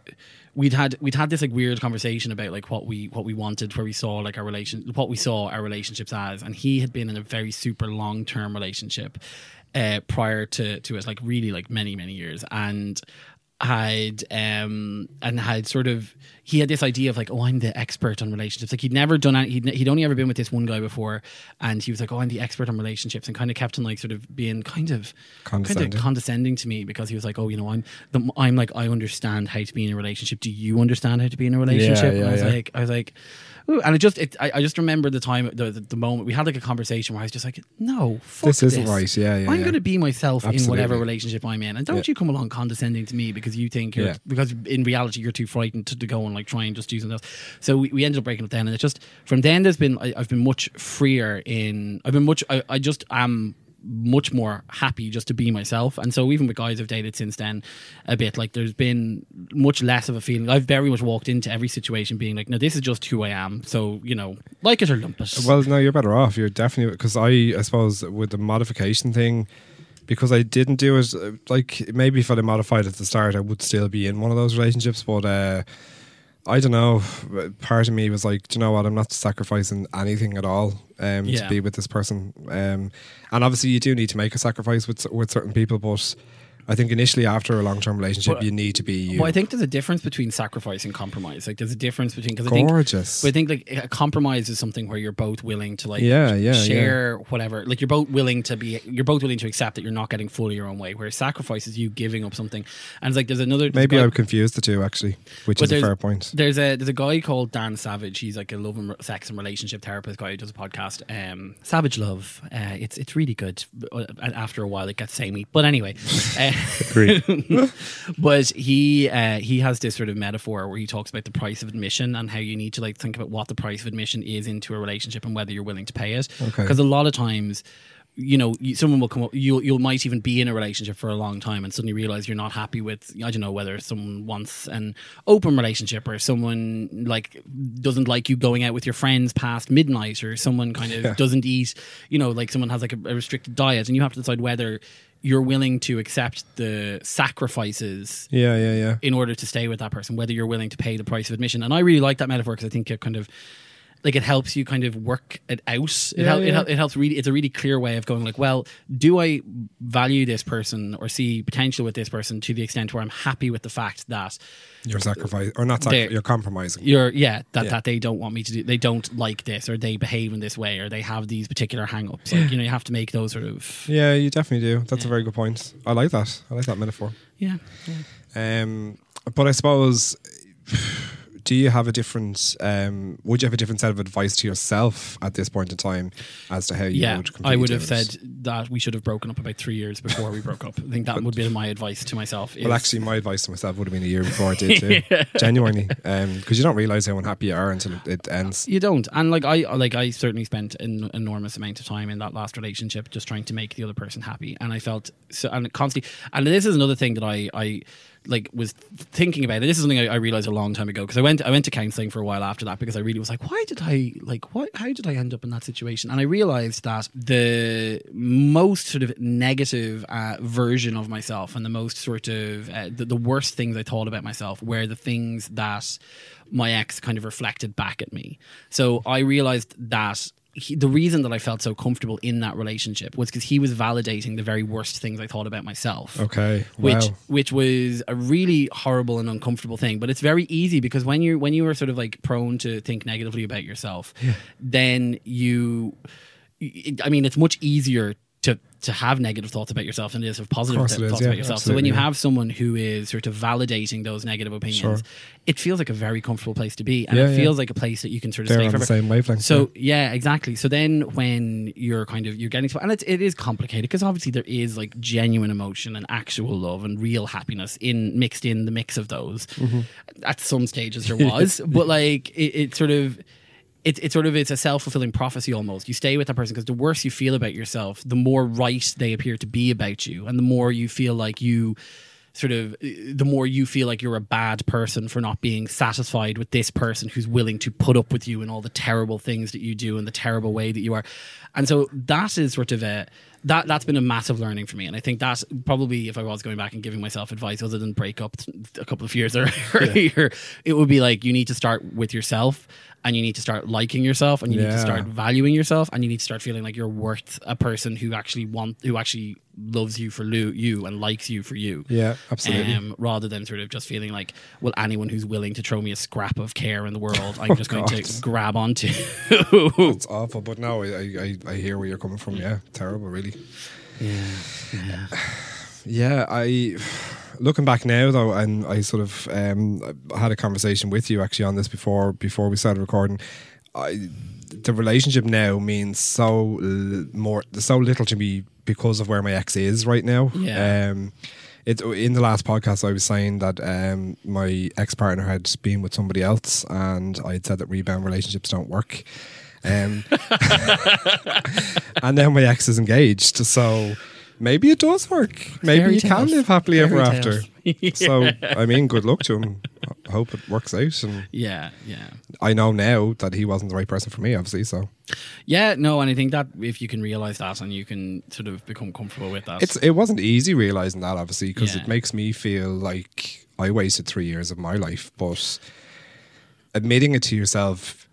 A: we'd had we'd had this like weird conversation about like what we what we wanted, where we saw like our relation, what we saw our relationships as, and he had been in a very super long term relationship, uh, prior to to us, like really like many many years, and had um and had sort of he had this idea of like oh I'm the expert on relationships like he'd never done any, he'd, he'd only ever been with this one guy before and he was like oh I'm the expert on relationships and kind of kept on like sort of being kind of kind
B: Condescending.
A: of condescending to me because he was like oh you know I'm the, I'm like I understand how to be in a relationship do you understand how to be in a relationship and
B: yeah,
A: I was
B: yeah.
A: like I was like ooh. and it just it, I, I just remember the time the, the, the moment we had like a conversation where I was just like no fuck
B: This isn't right. Yeah, yeah,
A: I'm
B: yeah.
A: gonna be myself in whatever
B: Absolutely.
A: relationship I'm in and don't
B: Yeah.
A: you come along condescending to me because you think you're
B: Yeah.
A: because in reality you're too frightened to, to go and like try and just do something else. So we, we ended up breaking up then, and it's just from then there's been I, I've been much freer in I've been much I, I just am much more happy just to be myself and so even with guys I've dated since then a bit like there's been much less of a feeling I've very much walked into every situation being like no this is just who I am so you know like it or lump it
B: Well, no, you're better off. You're definitely because I, I suppose, with the modification thing, because I didn't do it. uh, Like maybe if I'd have modified at the start, I would still be in one of those relationships. But uh, I don't know. Part of me was like, do you know what? I'm not sacrificing anything at all um, to
A: Yeah.
B: be with this person. Um, and obviously, you do need to make a sacrifice with with certain people, but. I think initially after a long term relationship,
A: Well,
B: you need to be you.
A: Well, I think there's a difference between sacrifice and compromise. Like, there's a difference between because I think,
B: Gorgeous.
A: but I think like a compromise is something where you're both willing to like,
B: Yeah, yeah,
A: share whatever. Like, you're both willing to be, you're both willing to accept that you're not getting fully your own way. Whereas sacrifice is you giving up something, and it's like there's another there's a
B: Maybe
A: guy-
B: I've confused the two actually, which
A: But
B: is a
A: there's-
B: fair point.
A: There's a there's a guy called Dan Savage. He's like a love and re- sex and relationship therapist guy who does a podcast. Um, Savage Love. Uh, it's it's really good. Uh, And after a while, it gets samey. But anyway, uh,
C: Agreed.
A: but he uh, he has this sort of metaphor where he talks about the price of admission and how you need to like think about what the price of admission is into a relationship and whether you're willing to pay it.
B: Okay.
A: Because a lot of times. You know, you- someone will come up. You you might even be in a relationship for a long time, and suddenly realize you're not happy with. I don't know whether someone wants an open relationship, or someone like doesn't like you going out with your friends past midnight, or someone kind of doesn't eat. You know, like someone has like a, a restricted diet, and you have to decide whether you're willing to accept the sacrifices
B: Yeah, yeah, yeah.
A: in order to stay with that person, whether you're willing to pay the price of admission. And I really like that metaphor because I think it kind of like it helps you kind of work it out. It,
B: Yeah,
A: hel-
B: yeah.
A: It, hel- it helps really. It's a really clear way of going like, well, do I value this person or see potential with this person to the extent where I'm happy with the fact that
B: You're sacrificing, or not sacri-
A: There-
B: you're compromising.
A: you're yeah that,
B: Yeah.
A: that they don't want me to do they don't like this or they behave in this way or they have these particular hang-ups like you know you have to make those sort of
B: Yeah, you definitely do. That's a very good point. I like that. I like that metaphor.
A: yeah
B: Um, but I suppose, do you have a different? Um, would you have a different set of advice to yourself at this point in time as to how you
A: yeah
B: would? completely
A: i would
B: do
A: have
B: it?
A: said that we should have broken up about three years before we broke up i think that would be my advice to myself is,
B: Well, actually, my advice to myself would have been a year before I did too. Genuinely, because you don't realize how unhappy you are until it- it ends.
A: you don't and like i like i certainly spent an enormous amount of time in that last relationship just trying to make the other person happy and i felt so and constantly and this is another thing that i i like was thinking about it. This is something I, I realized a long time ago because I went I went to counseling for a while after that because I really was like, why did I like why how did I end up in that situation? And I realized that the most sort of negative uh, version of myself and the most sort of uh, the, the worst things I thought about myself were the things that my ex kind of reflected back at me. So I realized that he, the reason that I felt so comfortable in that relationship was because he was validating the very worst things I thought about myself
B: Okay,
A: which
B: wow.
A: which was a really horrible and uncomfortable thing. But it's very easy because when you when you are sort of like prone to think negatively about yourself, then you, I mean, it's much easier. To, to have negative thoughts about yourself than it is to have positive
B: course it is,
A: thoughts
B: yeah,
A: about yourself. So when
B: absolutely,
A: you
B: yeah.
A: have someone who is sort of validating those negative opinions,
B: Sure.
A: it feels like a very comfortable place to be, and
B: Yeah,
A: it
B: yeah.
A: feels like a place that you can sort of
B: They're
A: stay
B: on the
A: forever.
B: same wavelength,
A: So yeah, exactly. So then when you're kind of you're getting to and it's it is complicated because obviously there is like genuine emotion and actual love and real happiness in mixed in the mix of those.
B: Mm-hmm.
A: At some stages there was, but like it, it sort of it's it's sort of it's a self fulfilling prophecy almost. You stay with that person because the worse you feel about yourself, the more right they appear to be about you, and the more you feel like you sort of uh, the more you feel like you're a bad person for not being satisfied with this person who's willing to put up with you and all the terrible things that you do and the terrible way that you are and so that is sort of a that that's been a massive learning for me and i think that's probably if i was going back and giving myself advice other than break up a couple of years earlier it would be like you need to start with yourself and you need to start liking yourself and you need
B: Yeah.
A: to start valuing yourself and you need to start feeling like you're worth a person who actually want who actually loves you for lo- you and likes you for you
B: Yeah, absolutely.
A: um, rather than sort of just feeling like, well, anyone who's willing to throw me a scrap of care in the world, I'm just going
B: Oh, God.
A: to grab onto.
B: It's awful, but no, I, I, I hear where you're coming
A: Mm.
B: from. Yeah, terrible, really. Yeah, I looking back now though, and I sort of um, I had a conversation with you actually on this before before we started recording. I the relationship now means so l- more so little to me because of where my ex is right now.
A: Yeah.
B: Um, it, in the last podcast, I was saying that um, my ex partner had been with somebody else, and I had said that rebound relationships don't work. Um, and now my ex is engaged. So maybe it does work. Maybe
A: Fairy
B: you can
A: tales.
B: live happily ever
A: Fairy
B: after. So I mean, good luck to him. I hope it works out. And
A: yeah, yeah.
B: I know now that he wasn't the right person for me, obviously. So
A: Yeah, no, and I think that if you can realize that and you can sort of become comfortable with that.
B: it's it wasn't easy realizing that, obviously, because
A: Yeah.
B: it makes me feel like I wasted three years of my life. But admitting it to yourself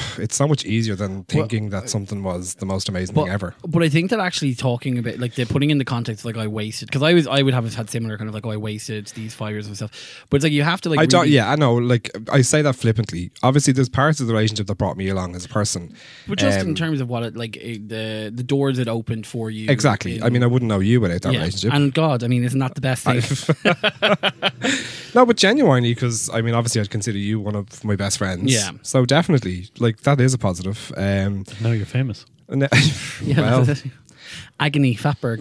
B: it's so much easier than thinking that something was the most amazing
A: but,
B: thing ever.
A: But I think that actually talking about like they're putting in the context like I wasted because I was I would have had similar kind of like oh, I wasted these five years of myself. But it's like you have to like
B: I don't.
A: really-
B: Yeah, I know. Like I say that flippantly. Obviously, there's parts of the relationship that brought me along as a person.
A: But just
B: Um,
A: in terms of what it like it, the the doors it opened for you
B: exactly.
A: in-
B: I mean, I wouldn't know you without that
A: yeah.
B: relationship.
A: And God, I mean, isn't that the best thing?
B: no, but genuinely, because I mean, obviously, I'd consider you one of my best friends.
A: Yeah.
B: So definitely, like that is a positive. Um.
C: Now you're famous.
B: and-
A: Yeah,
B: well,
A: agony Fatberg.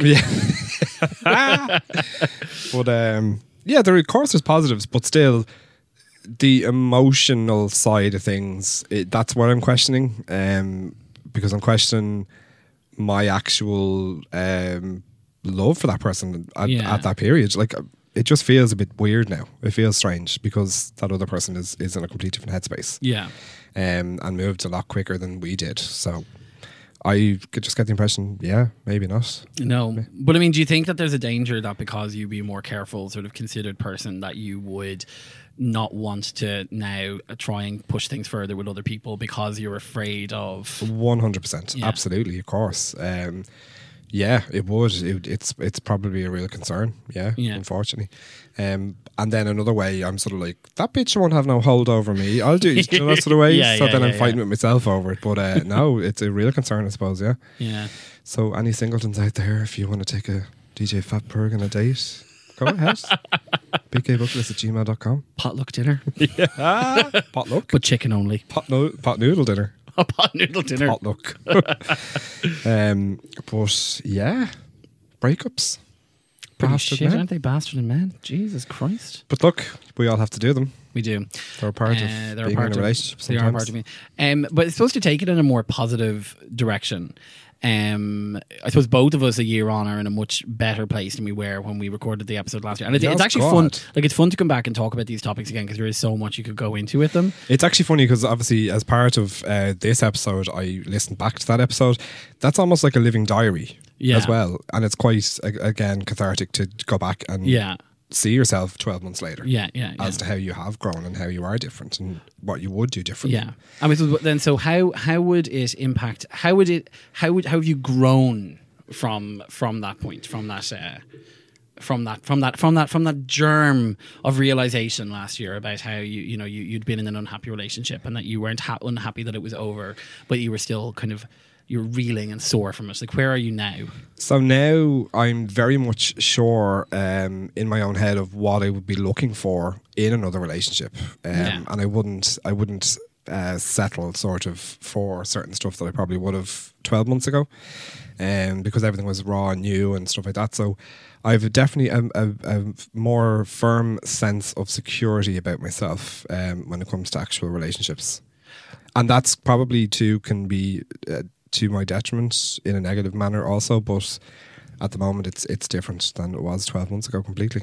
B: but um, yeah, there of course there's positives, but still the emotional side of things it, that's what I'm questioning. Um, because I'm questioning my actual um love for that person at,
A: Yeah.
B: at that period. Like it just feels a bit weird now. It feels strange because that other person is is in a complete different headspace.
A: Yeah.
B: Um, and moved a lot quicker than we did. So. I could just get the impression, yeah, maybe not.
A: No, but I mean, do you think that there's a danger that because you be a more careful, sort of considered person, that you would not want to now try and push things further with other people because you're afraid of?
B: One hundred percent,
A: Yeah.
B: absolutely, of course. Um, yeah, it would. It, it's it's probably a real concern. Yeah,
A: Yeah.
B: unfortunately. Um, and then another way, I'm sort of like that bitch won't have no hold over me. I'll do it you know, that sort of way.
A: Yeah,
B: so
A: yeah,
B: then
A: yeah,
B: I'm fighting
A: yeah.
B: with myself over it. But uh, no, it's a real concern, I suppose. Yeah.
A: Yeah,
B: So any singletons out there, if you want to take a DJ Fat Perg on a date, go ahead. bkbucklist at gmail.com.
A: potluck dinner,
B: Potluck.
A: but chicken only.
B: Pot, no, pot noodle dinner.
A: A pot noodle dinner.
B: potluck. um, but yeah, breakups.
A: Pretty
B: Bastard
A: shit,
B: men.
A: aren't they bastard and men? Jesus Christ,
B: But look, we all have to do them.
A: we do.
B: They're a part
A: Uh,
B: of
A: they're
B: being
A: part
B: in a
A: of-
B: relationship.
A: They
B: sometimes.
A: are a part of me. Um, but it's supposed to take it in a more positive direction. Um, I suppose both of us a year on are in a much better place than we were when we recorded the episode last year, and it,
B: Yes,
A: it's actually
B: Oh, God.
A: fun. Like it's fun to come back and talk about these topics again because there is so much you could go into with them.
B: It's actually funny because obviously, as part of uh, this episode, I listened back to that episode. That's almost like a living diary
A: Yeah.
B: as well, and it's quite a- again cathartic to go back and
A: Yeah,
B: see yourself twelve months later.
A: yeah, yeah, yeah.
B: As to how you have grown and how you are different and what you would do differently.
A: yeah. I mean, so then so how how would it impact? How would it? How would how have you grown from from that point? From that. Uh, from that from that from that from that germ of realization last year about how you you know you, you'd been in an unhappy relationship and that you weren't ha- unhappy that it was over but you were still kind of you're reeling and sore from it like where are you now
B: So now I'm very much sure um, in my own head of what I would be looking for in another relationship, um,
A: Yeah.
B: and I wouldn't I wouldn't uh, settle sort of for certain stuff that I probably would have 12 months ago, um, because everything was raw and new and stuff like that. So I've definitely a, a, a more firm sense of security about myself um, when it comes to actual relationships and that's probably too can be uh, to my detriment in a negative manner also but at the moment it's it's different than it was 12 months ago completely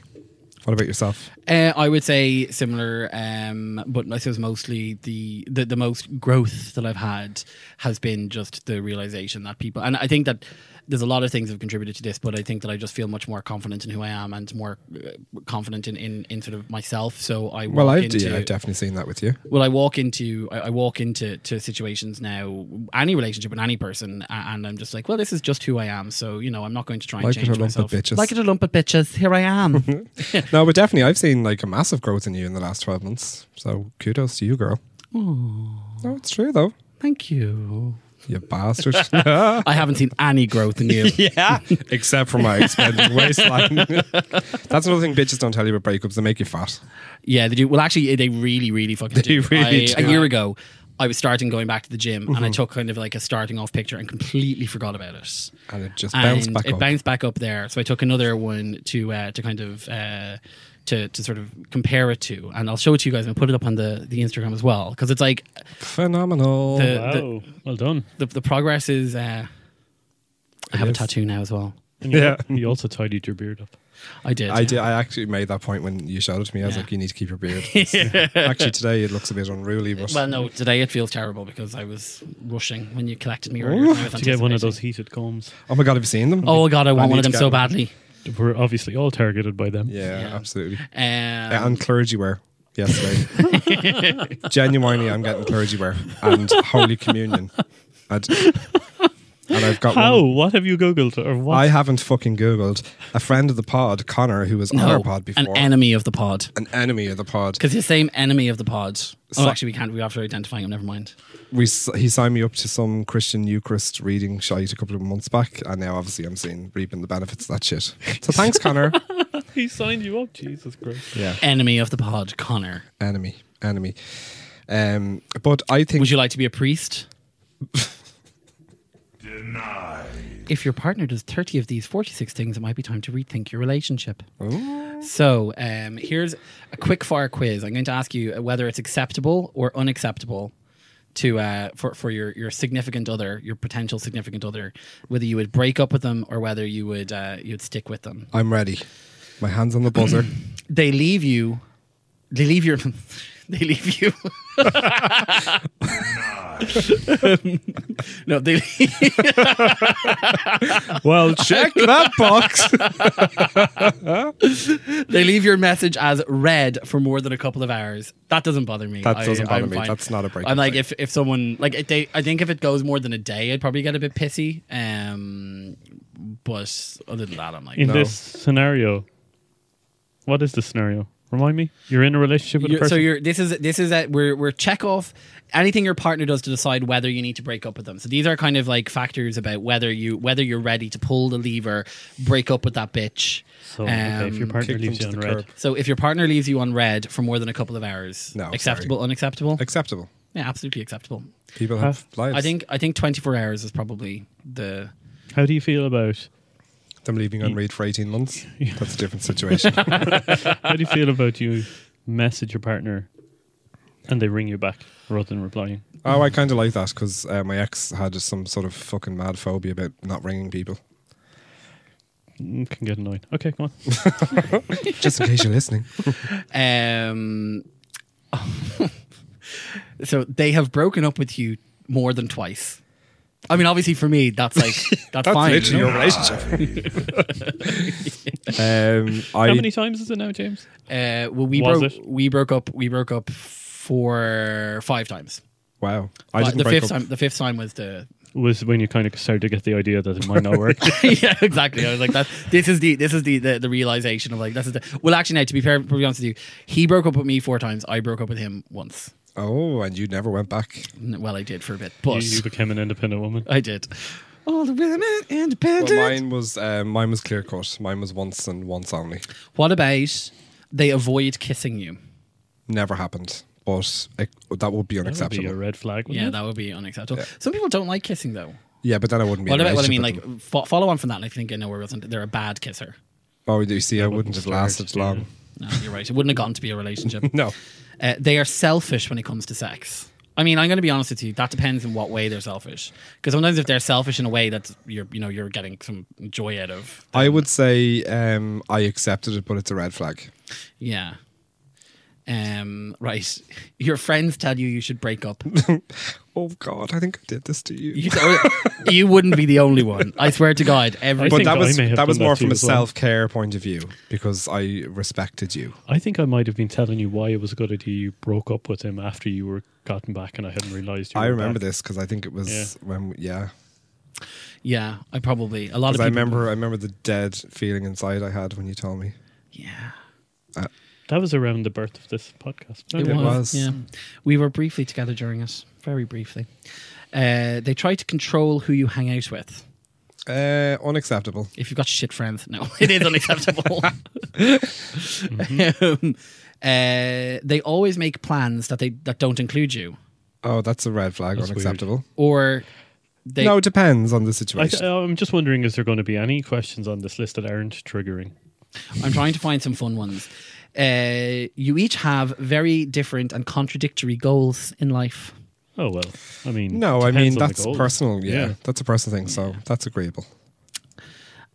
B: what about yourself
A: Uh, I would say similar, um, but I suppose mostly the, the the most growth that I've had has been just the realization that people, and I think that there's a lot of things that have contributed to this, but I think that I just feel much more confident in who I am and more uh, confident in, in, in sort of myself. So I
B: well
A: walk
B: I've,
A: into,
B: yeah, I've definitely seen that with you
A: well, I walk into I, I walk into to situations now, any relationship and any person, a- and I'm just like, well, this is just who I am. So you know, I'm not going to try and
B: Like it
A: change
B: or lump it,
A: myself.
B: bitches.
A: Like it a lump of bitches. Here I am.
B: no but definitely I've seen like a massive growth in you in the last 12 months so kudos to you girl no it's true though
A: Thank you.
B: you bastard
A: I haven't seen any growth in you.
B: yeah except for my expanded waistline that's another thing bitches don't tell you about breakups they make you fat
A: Yeah, they do. Well, actually, they really, really fucking do.
B: really
A: I-
B: do. Mm-hmm.
A: A year ago, I was starting going back to the gym, and I took kind of like a starting off picture and completely forgot about it.
B: and it just bounced
A: And
B: back
A: it
B: up
A: bounced back up there. So I took another one to uh, to kind of. Uh, to, to sort of compare it to, and I'll show it to you guys and put it up on the, the Instagram as well because it's like
B: phenomenal
A: The-
C: Wow, well done.
A: the, the progress is. Uh, I have a tattoo now as well.
C: And you,
B: Yeah.
C: you also tidied your beard up.
A: I did.
B: I did. I actually made that point when you showed it to me. I was
A: Yeah.
B: like, "You need to keep your beard." actually, today it looks a bit unruly, but
A: Well, no, today it feels terrible because I was rushing when you collected me earlier. and I was
C: To get one of
A: anticipating.
C: those heated combs,
B: oh my god, have you seen them?
A: Oh god, I want
B: need
A: one of
B: to
A: them
B: get
A: so
B: one.
A: badly.
C: we're obviously all targeted by them.
B: yeah,
A: Yeah.
B: absolutely.
A: Um,
B: and clergy wear. yesterday. Genuinely, I'm getting clergy wear and Holy Communion. And, and I've got
C: How?
B: one.
C: What have you googled or what?
B: I haven't fucking Googled. A friend of the pod, Connor, who was on our
A: No,
B: pod before,
A: an enemy of the pod.
B: an enemy of the pod,
A: Because the same enemy of the pod. Oh,
B: So-
A: actually, we can't. We have to identify him. Never mind.
B: we s- he signed me up to some Christian Eucharist reading shite a couple of months back, and now obviously I'm seeing reaping the benefits of that shit. So thanks, Connor.
C: he signed you up. Jesus Christ.
B: yeah,
A: Enemy of the pod, Connor.
B: enemy, enemy. Um, but I think
A: Would you like to be a priest? If your partner does 30 of these 46 things, it might be time to rethink your relationship. So, um, here's a quick fire quiz. I'm going to ask you whether it's acceptable or unacceptable to uh, for, for your, your significant other, your potential significant other, whether you would break up with them or whether you would uh, you'd stick with them.
B: I'm ready. My hands on the buzzer.
A: They leave you. They leave your. They leave you. no, they.
B: well, check that box.
A: They leave your message as read for more than a couple of hours. That doesn't bother me.
B: That doesn't bother
A: I'm
B: me. That's not a breakup
A: I'm like
B: thing.
A: if if someone like if they, I think if it goes more than a day, I'd probably get a bit pissy. Um, but other than that, I'm like,
C: In
B: No.
C: this scenario, what is the scenario? Remind me. You're in a relationship with a
A: You're-
C: person.
A: so you're this is this is that we're we're check off anything your partner does to decide whether you need to break up with them. So these are kind of like factors about whether you whether you're ready to pull the lever, break up with that bitch.
C: so okay, if your
A: Um,
C: partner
B: kick
C: leaves
B: them to
C: you on
B: the
C: red,
B: curb.
A: So if your partner leaves you on red for more than a couple of hours,
B: No,
A: acceptable,
B: sorry.
A: unacceptable,
B: Acceptable.
A: yeah, absolutely acceptable.
B: People have lives.
A: I think I think 24 hours is probably the
C: how do you feel about?
B: them leaving on read for 18 months. That's a different situation.
C: How do you feel about you message your partner, and they ring you back rather than replying?
B: oh, I kind of like that because uh, my ex had just some sort of fucking mad phobia about not ringing people.
C: Mm, Can get annoying. Okay, come on.
B: Just in case you're listening.
A: um so they have broken up with you more than twice. I mean, obviously for me, that's like that's,
B: That's
A: fine.
B: literally
A: you know?
B: your relationship. um, I
C: How many times is it now, James?
A: Uh, well, we
C: Was
A: broke
C: it?
A: we broke up we broke up four five times.
B: wow. I
A: But
B: didn't
A: the
B: break
A: fifth
B: up.
A: time the fifth time was the
C: Was when you kind of started to get the idea that it might not work.
A: yeah, exactly. I was like, that. This is the this is the, the the realization of like this is the. Well, actually, no. To be fair, to be honest with you, he broke up with me four times. I broke up with him once.
B: Oh, and you never went back.
A: N- Well, I did for a bit,
C: you,
A: but
C: you became an independent woman.
A: I did. All the women independent.
B: Well, mine was um, mine was clear cut. Mine was once and once only.
A: what about they avoid kissing you?
B: Never happened. But it, that would be
C: That would be
B: unacceptable.
C: a red flag.
A: Yeah,
C: wouldn't it?
A: that would be unacceptable.
B: Yeah.
A: Some people don't like kissing though.
B: yeah, but then I wouldn't be.
A: What
B: in a
A: about what I mean?
B: relationship with
A: Like
B: them.
A: fo- follow on from that. I think I know where it wasn't. They're a bad kisser.
B: oh, you see, I wouldn't have
C: Slurred,
B: lasted
C: yeah.
B: long.
A: No, you're right. It wouldn't have gotten to be a relationship.
B: No,
A: Uh, they are selfish when it comes to sex. I mean, I'm going to be honest with you. That depends in what way they're selfish. Because sometimes if they're selfish in a way that you're, you know, you're getting some joy out of,
B: I would say um, I accepted it, but it's a red flag.
A: yeah. Um, right. Your friends tell you you should break up.
B: Oh God, I think I did this to you.
A: You, you wouldn't be the only one. I swear to God. Every
C: I
B: but
C: think
B: that
C: I
B: was
C: may have
B: that was
C: done that
B: more
C: to
B: from
C: you
B: a
C: as well.
B: self care point of view because I respected you.
C: I think I might have been telling you why it was a good idea you broke up with him after you were gotten back, and I hadn't realized. You
B: I
C: were
B: remember
C: back.
B: this because I think it was when yeah.
A: yeah, I probably a lot of
B: Because
A: people.
B: I remember I remember the dead feeling inside I had when you told me.
A: Yeah.
C: That was around the birth of this podcast.
A: It,
B: It
A: was,
B: was.
A: Yeah, we were briefly together during it, very briefly. Uh, they try to control who you hang out with.
B: Uh, unacceptable.
A: If you've got shit friends, no, it is unacceptable.
B: Mm-hmm.
A: um, uh, they always make plans that they that don't include you,
B: Oh, that's a red flag.
C: That's
B: unacceptable.
A: or they
B: no, it depends on the
C: I
B: situation.
C: th- uh, I'm just wondering, is there going to be any questions on this list that aren't triggering?
A: I'm trying to find some fun ones. Uh, you each have very different and contradictory goals in life.
C: Oh well, I mean,
B: no, I
C: depends
B: mean
C: on the
B: that's
C: goal.
B: personal. Yeah,
C: Yeah.
B: that's a personal thing. So that's agreeable.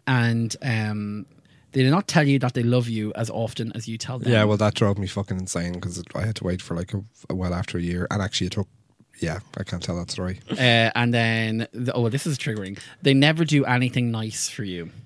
A: and um, they do not tell you that they love you as often as you tell them.
B: Yeah, well, that drove me fucking insane because I had to wait for like a, a well after a year, and actually it took. Yeah, I can't tell that story.
A: Uh, and then, the, oh, well, this is triggering. They never do anything nice for you.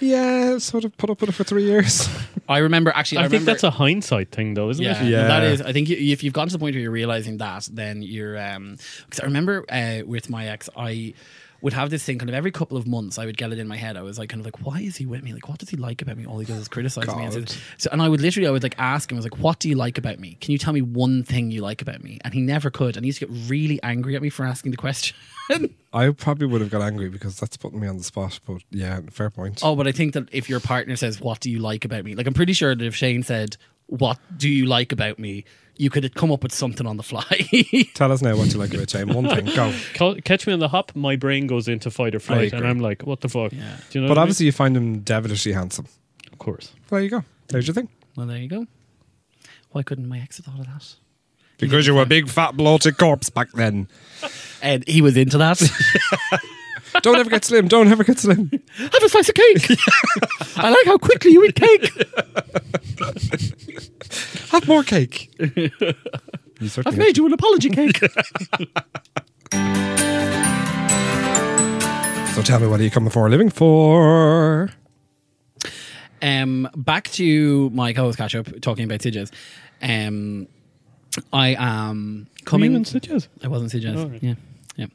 B: Yeah, sort of put up with it for three years.
A: I remember actually. I,
C: I think
A: remember,
C: that's a hindsight thing, though, isn't
A: yeah,
C: it?
B: Yeah.
A: that is. I think you, if you've gotten to the point where you're realizing that, then you're. um 'cause I remember uh, with my ex, I would have this thing kind of every couple of months. I would get it in my head. I was like, kind of like, why is he with me? Like, what does he like about me? All he does is criticize me. And
B: God.
A: so- so, and I would literally, I would like ask him. I was like, what do you like about me? Can you tell me one thing you like about me? And he never could. And he used to get really angry at me for asking the question.
B: I probably would have got angry because that's putting me on the spot. But yeah, fair point.
A: Oh, but I think that if your partner says, "What do you like about me?" Like I'm pretty sure that if Shane said, "What do you like about me?" you could come up with something on the fly.
B: Tell us now what you like about Shane. One thing, go.
C: Ca- Catch me on the hop, my brain goes into fight or flight, and
B: agree.
C: I'm like, what the fuck?
A: Yeah.
C: Do you know
B: But
C: what I mean?
B: obviously, you find him devilishly handsome.
C: of course.
B: There you go. There's your thing.
A: well, there you go. Why couldn't my ex have thought of that?
B: Because you were a big fat bloated corpse back then.
A: And he was into that.
B: Don't ever get slim. Don't ever get slim.
A: have a slice of cake. I like how quickly you eat cake.
B: Have more cake. You certainly have.
A: you an apology cake.
B: So tell me, what are you coming for a living for?
A: um, back to my co-host catch up talking about Sidges. Um, I am coming.
C: Coming in stitches.
A: I wasn't Sidges.
C: Oh, right.
A: Yeah, yeah.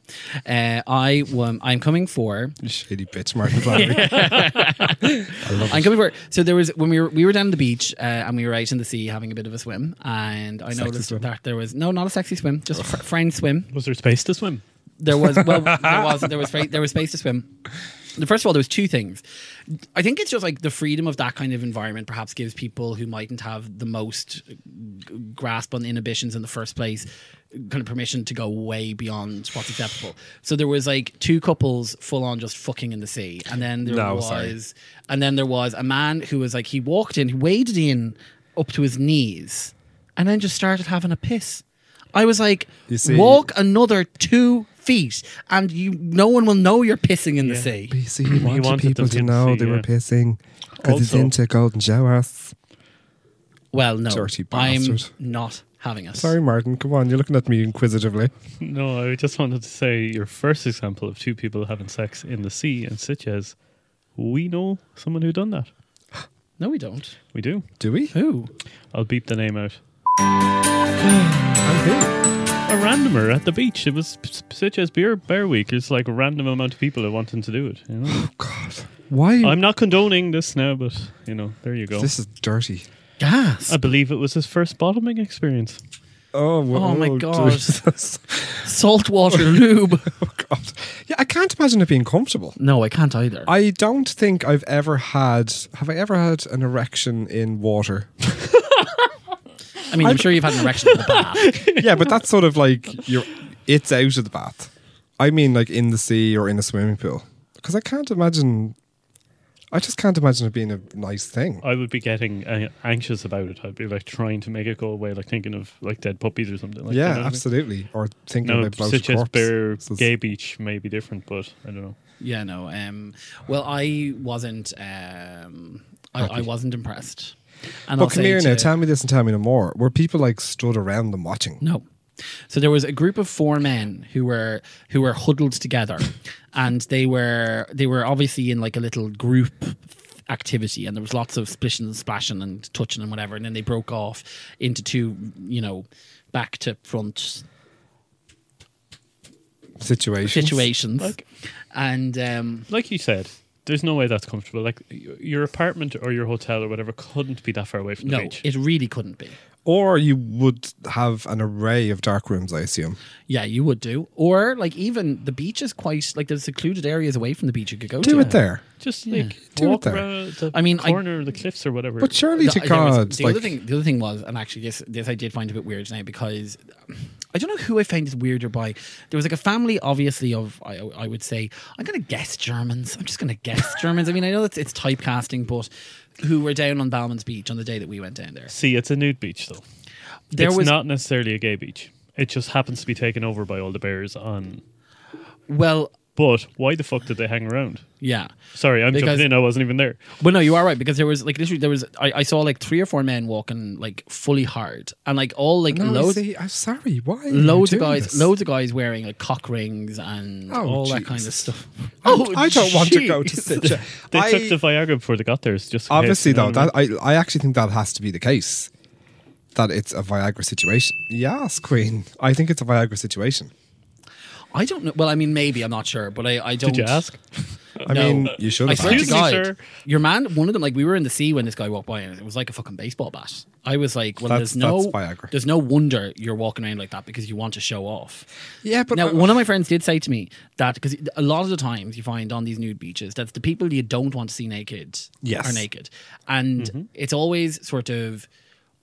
A: Uh, I um, I'm coming for.
B: You shady bitch, Martin Flannery.
A: I'm coming for. So there was when we were we were down on the beach uh, and we were out in the sea having a bit of a swim, and I noticed
B: swim.
A: that there was no, not a sexy swim, just fr- friend swim.
C: Was there space to swim?
A: There was well, there was there was fa- there was space to swim. The First of all, there was two things. I think it's just like the freedom of that kind of environment perhaps gives people who mightn't have the most g- grasp on inhibitions in the first place kind of permission to go way beyond what's acceptable. So there was like two couples full on just fucking in the sea, and then there
B: No,
A: was
B: sorry.
A: and then there was a man who was like he walked in, he waded in up to his knees, and then just started having a piss. I was like,
B: You see-
A: walk another two feet, and you no one will know you're pissing in the
C: Yeah.
A: sea.
B: You see, he wanted,
C: wanted
B: people
C: them
B: to
C: to
B: know
C: see,
B: they were
C: yeah.
B: pissing because he's
C: Also-
B: into golden showers.
A: Well, no,
B: Dirty
A: I'm
B: bastard.
A: not having it.
B: Sorry, Martin. Come on, you're looking at me inquisitively.
C: No, I just wanted to say your first example of two people having sex in the sea in Sitges, we know someone who done that.
A: no, we don't.
C: We do.
B: Do we?
A: Who?
C: I'll beep the name out.
B: And who?
C: A randomer at the beach. It was S- Sitges Beer Bear Week. It's like a random amount of people are wanting to do it. You know?
B: God, why?
C: I'm not condoning this now, but you know, there you go.
B: this is dirty.
A: Gas.
C: I believe it was his first bottoming experience.
B: Oh, well,
A: Oh my God.
B: Jesus.
A: Saltwater lube.
B: oh God. Yeah, I can't imagine it being comfortable.
A: No, I can't either.
B: I don't think I've ever had. Have I ever had an erection in water?
A: I mean, I'm sure you've had an erection in the bath.
B: yeah, but that's sort of like you're. It's out of the bath. I mean, like in the sea or in a swimming pool. Because I can't imagine. I just can't imagine it being a nice thing.
C: I would be getting uh, anxious about it. I'd be like trying to make it go away, like thinking of like dead puppies or something. Like
B: yeah,
C: that.
B: absolutely. Or thinking
C: No,
B: about bloated
C: such as
B: corpse.
C: Bear
B: So it's-
C: Gay Beach may be different, but I don't know.
A: yeah, no. Um, well, I wasn't. Um, I, I wasn't impressed. And
B: But
A: I'll
B: come
A: say
B: here now.
A: to-
B: Tell me this and tell me no more. Were people like stood around them watching?
A: No. So there was a group of four men who were who were huddled together, and they were they were obviously in like a little group activity, and there was lots of splishing and splashing and touching and whatever, and then they broke off into two, you know, back to front
B: Situations.
A: situations,
C: Like-
A: and um,
C: Like you said, there's no way that's comfortable. Like y- your apartment or your hotel or whatever couldn't be that far away from the
A: no,
C: beach.
A: it really couldn't be.
B: Or you would have an array of dark rooms, I assume.
A: Yeah, you would do, or like even the beach is quite like there's secluded areas away from the beach you could go
B: Do
A: to.
B: it there.
C: Just like
B: Do it
C: walk
B: there.
C: around the
A: I mean, I-
C: corner of the cliffs or whatever.
B: But surely
A: The-
B: to
A: there was-
B: God.
A: the
B: like,
A: other thing, the other thing was, and actually this this I did find a bit weird now because I don't know who I found is weirder by. There was like a family, obviously of I, I would say I'm going to guess Germans. I'm just going to guess Germans. I mean, I know it's it's typecasting, but who were down on Balmans Beach on the day that we went down there?
C: See, it's a nude beach though.
A: There
C: it's
A: was
C: not necessarily a gay beach. It just happens to be taken over by all the bears on
A: well.
C: But why the fuck did they hang around?
A: Yeah.
C: Sorry, I'm
A: Because-
C: jumping in. I wasn't even there.
A: But no, you are right because there was like literally there was I, I saw like three or four men walking like fully hard and like all like
B: No,
A: loads
B: see, I'm sorry. Why? are you
A: loads of
B: doing
A: guys
B: this?
A: loads of guys wearing like cock rings and
B: Oh,
A: all that
B: Jesus.
A: kind of stuff. Oh,
B: I, I don't want to go to
A: jeez.
B: such a.
C: They
B: I-
C: took the Viagra before they got there. It's just in case,
B: obviously
C: you know
B: though
C: what I mean?
B: that I, I actually think that has to be the case that it's a viagra situation yes queen i think it's a viagra situation
A: I don't know. Well, I mean, maybe I'm not sure, but I I don't.
C: Did you ask?
B: i
A: No.
B: mean you should
A: I
B: have
A: swear to
C: Excuse me,
A: God,
C: sir.
A: your man, one of them, like we were in the sea when this guy walked by, and it was like a fucking baseball bat. I was like, well,
B: That's-
A: there's no,
B: that's Viagra.
A: there's no wonder you're walking around like that because you want to show off.
B: Yeah, but
A: now
B: I-
A: one of my friends did say to me that because a lot of the times you find on these nude beaches that the people you don't want to see naked
B: Yes. Mm-hmm.
A: are naked, and it's always sort of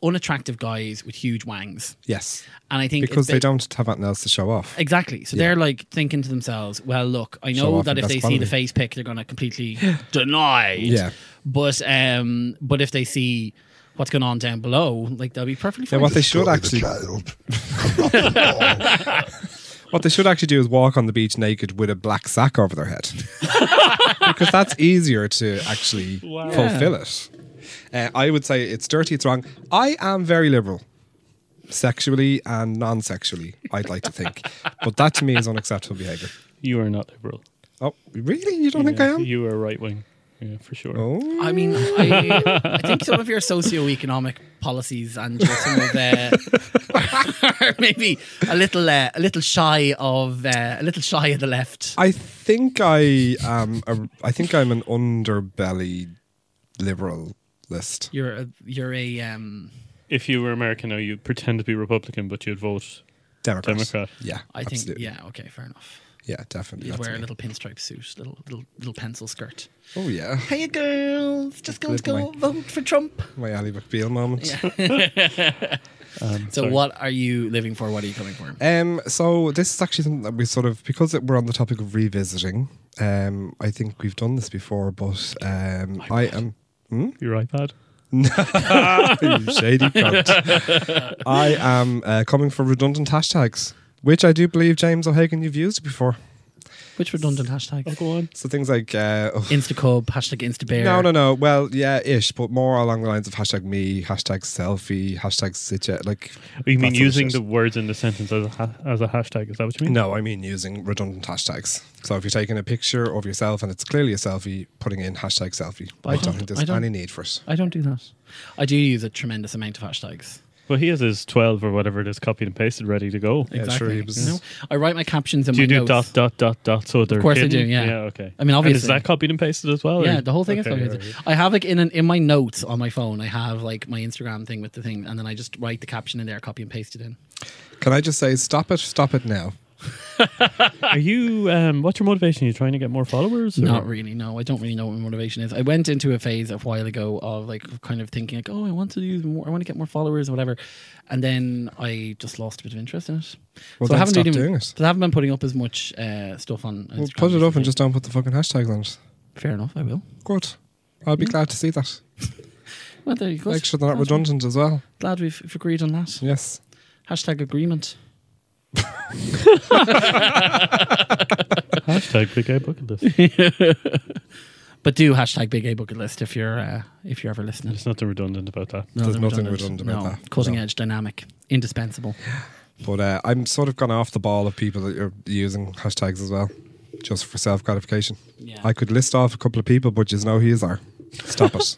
A: unattractive guys with huge wangs,
B: yes
A: and I think it's
B: because they
A: ba-
B: don't have anything else to show off
A: Exactly. So they're like thinking to themselves, well, look, I
B: Show
A: know
B: off
A: that if
B: your best
A: they see
B: quality.
A: the face pick, they're going to completely deny it.
B: Yeah.
A: But, um, but if they see what's going on down below, like they'll be perfectly
B: yeah,
A: fine.
B: what they should
D: Call me the
B: actually
D: child.
B: what they should actually do is walk on the beach naked with a black sack over their head because that's easier to actually
C: Wow.
B: fulfill it uh, i would say it's dirty it's wrong i am very liberal sexually and non-sexually i'd like to think but that to me is unacceptable behavior
C: You are not liberal.
B: Oh, really? You don't think I
C: Yeah,
B: am?
C: You are right wing. Yeah, for sure.
B: oh,
A: I mean, I, I think some of your socioeconomic policies and your- some of uh, are maybe a little, uh, a little shy of, uh, a little shy of the left.
B: I think I am. A, I think I'm an underbelly liberal list.
A: You're a, you're a, um,
C: If you were American now, you'd pretend to be Republican, but you'd vote.
B: Democrat.
C: Democrat.
B: Yeah,
A: I think,
B: absolutely.
A: yeah, okay, fair enough.
B: yeah, definitely.
A: You'd
B: that's
A: wear a
B: me.
A: little pinstripe suit, little, little, little pencil skirt.
B: Oh yeah,
A: Hey girls, just going to
B: Live
A: go vote for Trump.
B: my Ali McBeal moment.
A: So what are you living for? What are you coming for?
B: Um, so this is actually something that we sort of because it, we're on the topic of revisiting. Um, I think we've done this before, but um, I am.
C: Your iPad.
B: You shady cunt. I am uh, coming for redundant hashtags, which I do believe James O'Hagan you've used before.
A: Which redundant hashtag?
C: Oh, go on.
B: So things like uh, oh,
A: Instacub, hashtag Instabear.
B: no, no, no. Well, yeah, ish, but more along the lines of hashtag me, hashtag selfie, hashtag sit like.
C: You mean
B: that sort of
C: using the
B: shit.
C: words in the sentence as a, ha- as a hashtag? Is that
A: Hmm?
C: what you mean?
B: No, I mean using redundant hashtags. So if you're taking a picture of yourself and it's clearly a selfie, putting in hashtag selfie.
A: But
B: I
A: I
B: don't
A: don't-
B: think
A: I
B: there's
A: don't-
B: any need for it.
A: I don't do that. I do use a tremendous amount of hashtags.
C: Well, he has his 12 or whatever it is copied and pasted ready to go.
B: Yeah, sure, he was-
A: You know, I write my captions in
C: Do
A: my
C: you do
A: notes.
C: dot, dot, dot, dot? So they're
A: Of course I
C: hidden?
A: do, yeah.
C: Yeah, okay.
A: I mean,
C: And
A: obviously.
C: is that copied and pasted as well? or-
A: yeah, the whole thing
C: Okay,
A: is
C: all
A: copied.
C: right.
A: I have like in an, in my notes on my phone. I have like my Instagram thing with the thing, and then I just write the caption in there, copy and paste it in.
B: Can I just say, stop it, stop it now?
C: Are you, um, what's your motivation? Are you trying to get more followers? or-
A: Not really. No, I don't really know what my motivation is. I went into a phase a while ago of like kind of thinking like, oh, I want to use more. I want to get more followers or whatever, and then I just lost a bit of interest in it.
B: Well,
A: so
B: then
A: I haven't
B: stop
A: really
B: doing it.
A: So I haven't been putting up as much uh, stuff on.
B: Well,
A: Instagram
B: put it up
A: recently.
B: and just don't put the fucking hashtags on it.
A: fair enough. I will.
B: Good. I'll
A: Hmm?
B: be glad to see that.
A: Well, there you go.
B: Make sure they're not
A: Glad we-
B: redundant as well.
A: Glad we've, we've agreed on that.
B: Yes.
A: Hashtag agreement.
C: Hashtag big guy bucket list.
A: But do hashtag Big A Bucket List if you're uh, if you're ever listening.
C: There's nothing redundant about that.
A: No,
B: There's
A: they're
B: nothing redundant about
A: no.
B: that.
A: Cutting
B: No.
A: edge, dynamic, indispensable.
B: But uh, I'm sort of gone off the ball of people that are using hashtags as well, just for self gratification.
A: Yeah.
B: I could list off a couple of people, but you know who is are. Stop it.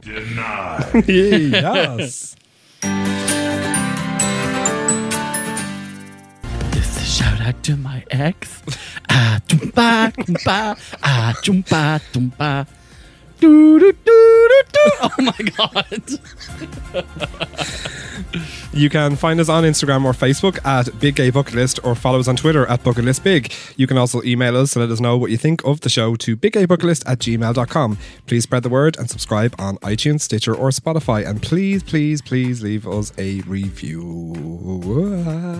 D: Denied.
B: yes.
A: This is a shout out to my ex. Ah, tumba, tumba, ah, tumba, tumba. Do, do, do, do, do. Oh my god.
B: You can find us on Instagram or Facebook at Big Gay Bucket List or follow us on Twitter at Bucket List Big. You can also email us to let us know what you think of the show to biggaybucketlist at gmail.com. Please spread the word and subscribe on iTunes, Stitcher, or Spotify. And please, please, please leave us a review.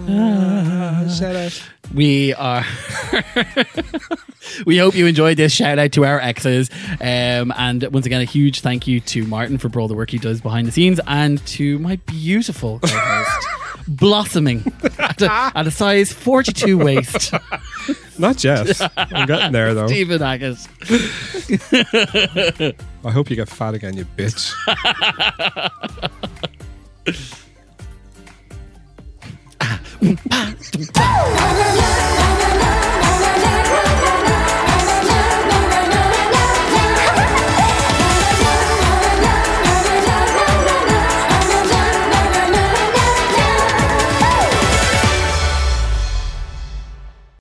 B: Ah, shout out.
A: We are. we hope you enjoyed this shout out to our exes. Um, and once again, a huge thank you to Martin for all the work he does behind the scenes and to my beautiful co host, blossoming at a, at a size 42 waist.
B: Not yet. I'm getting there though.
A: Stephen Agus.
B: I hope you get fat again, you bitch.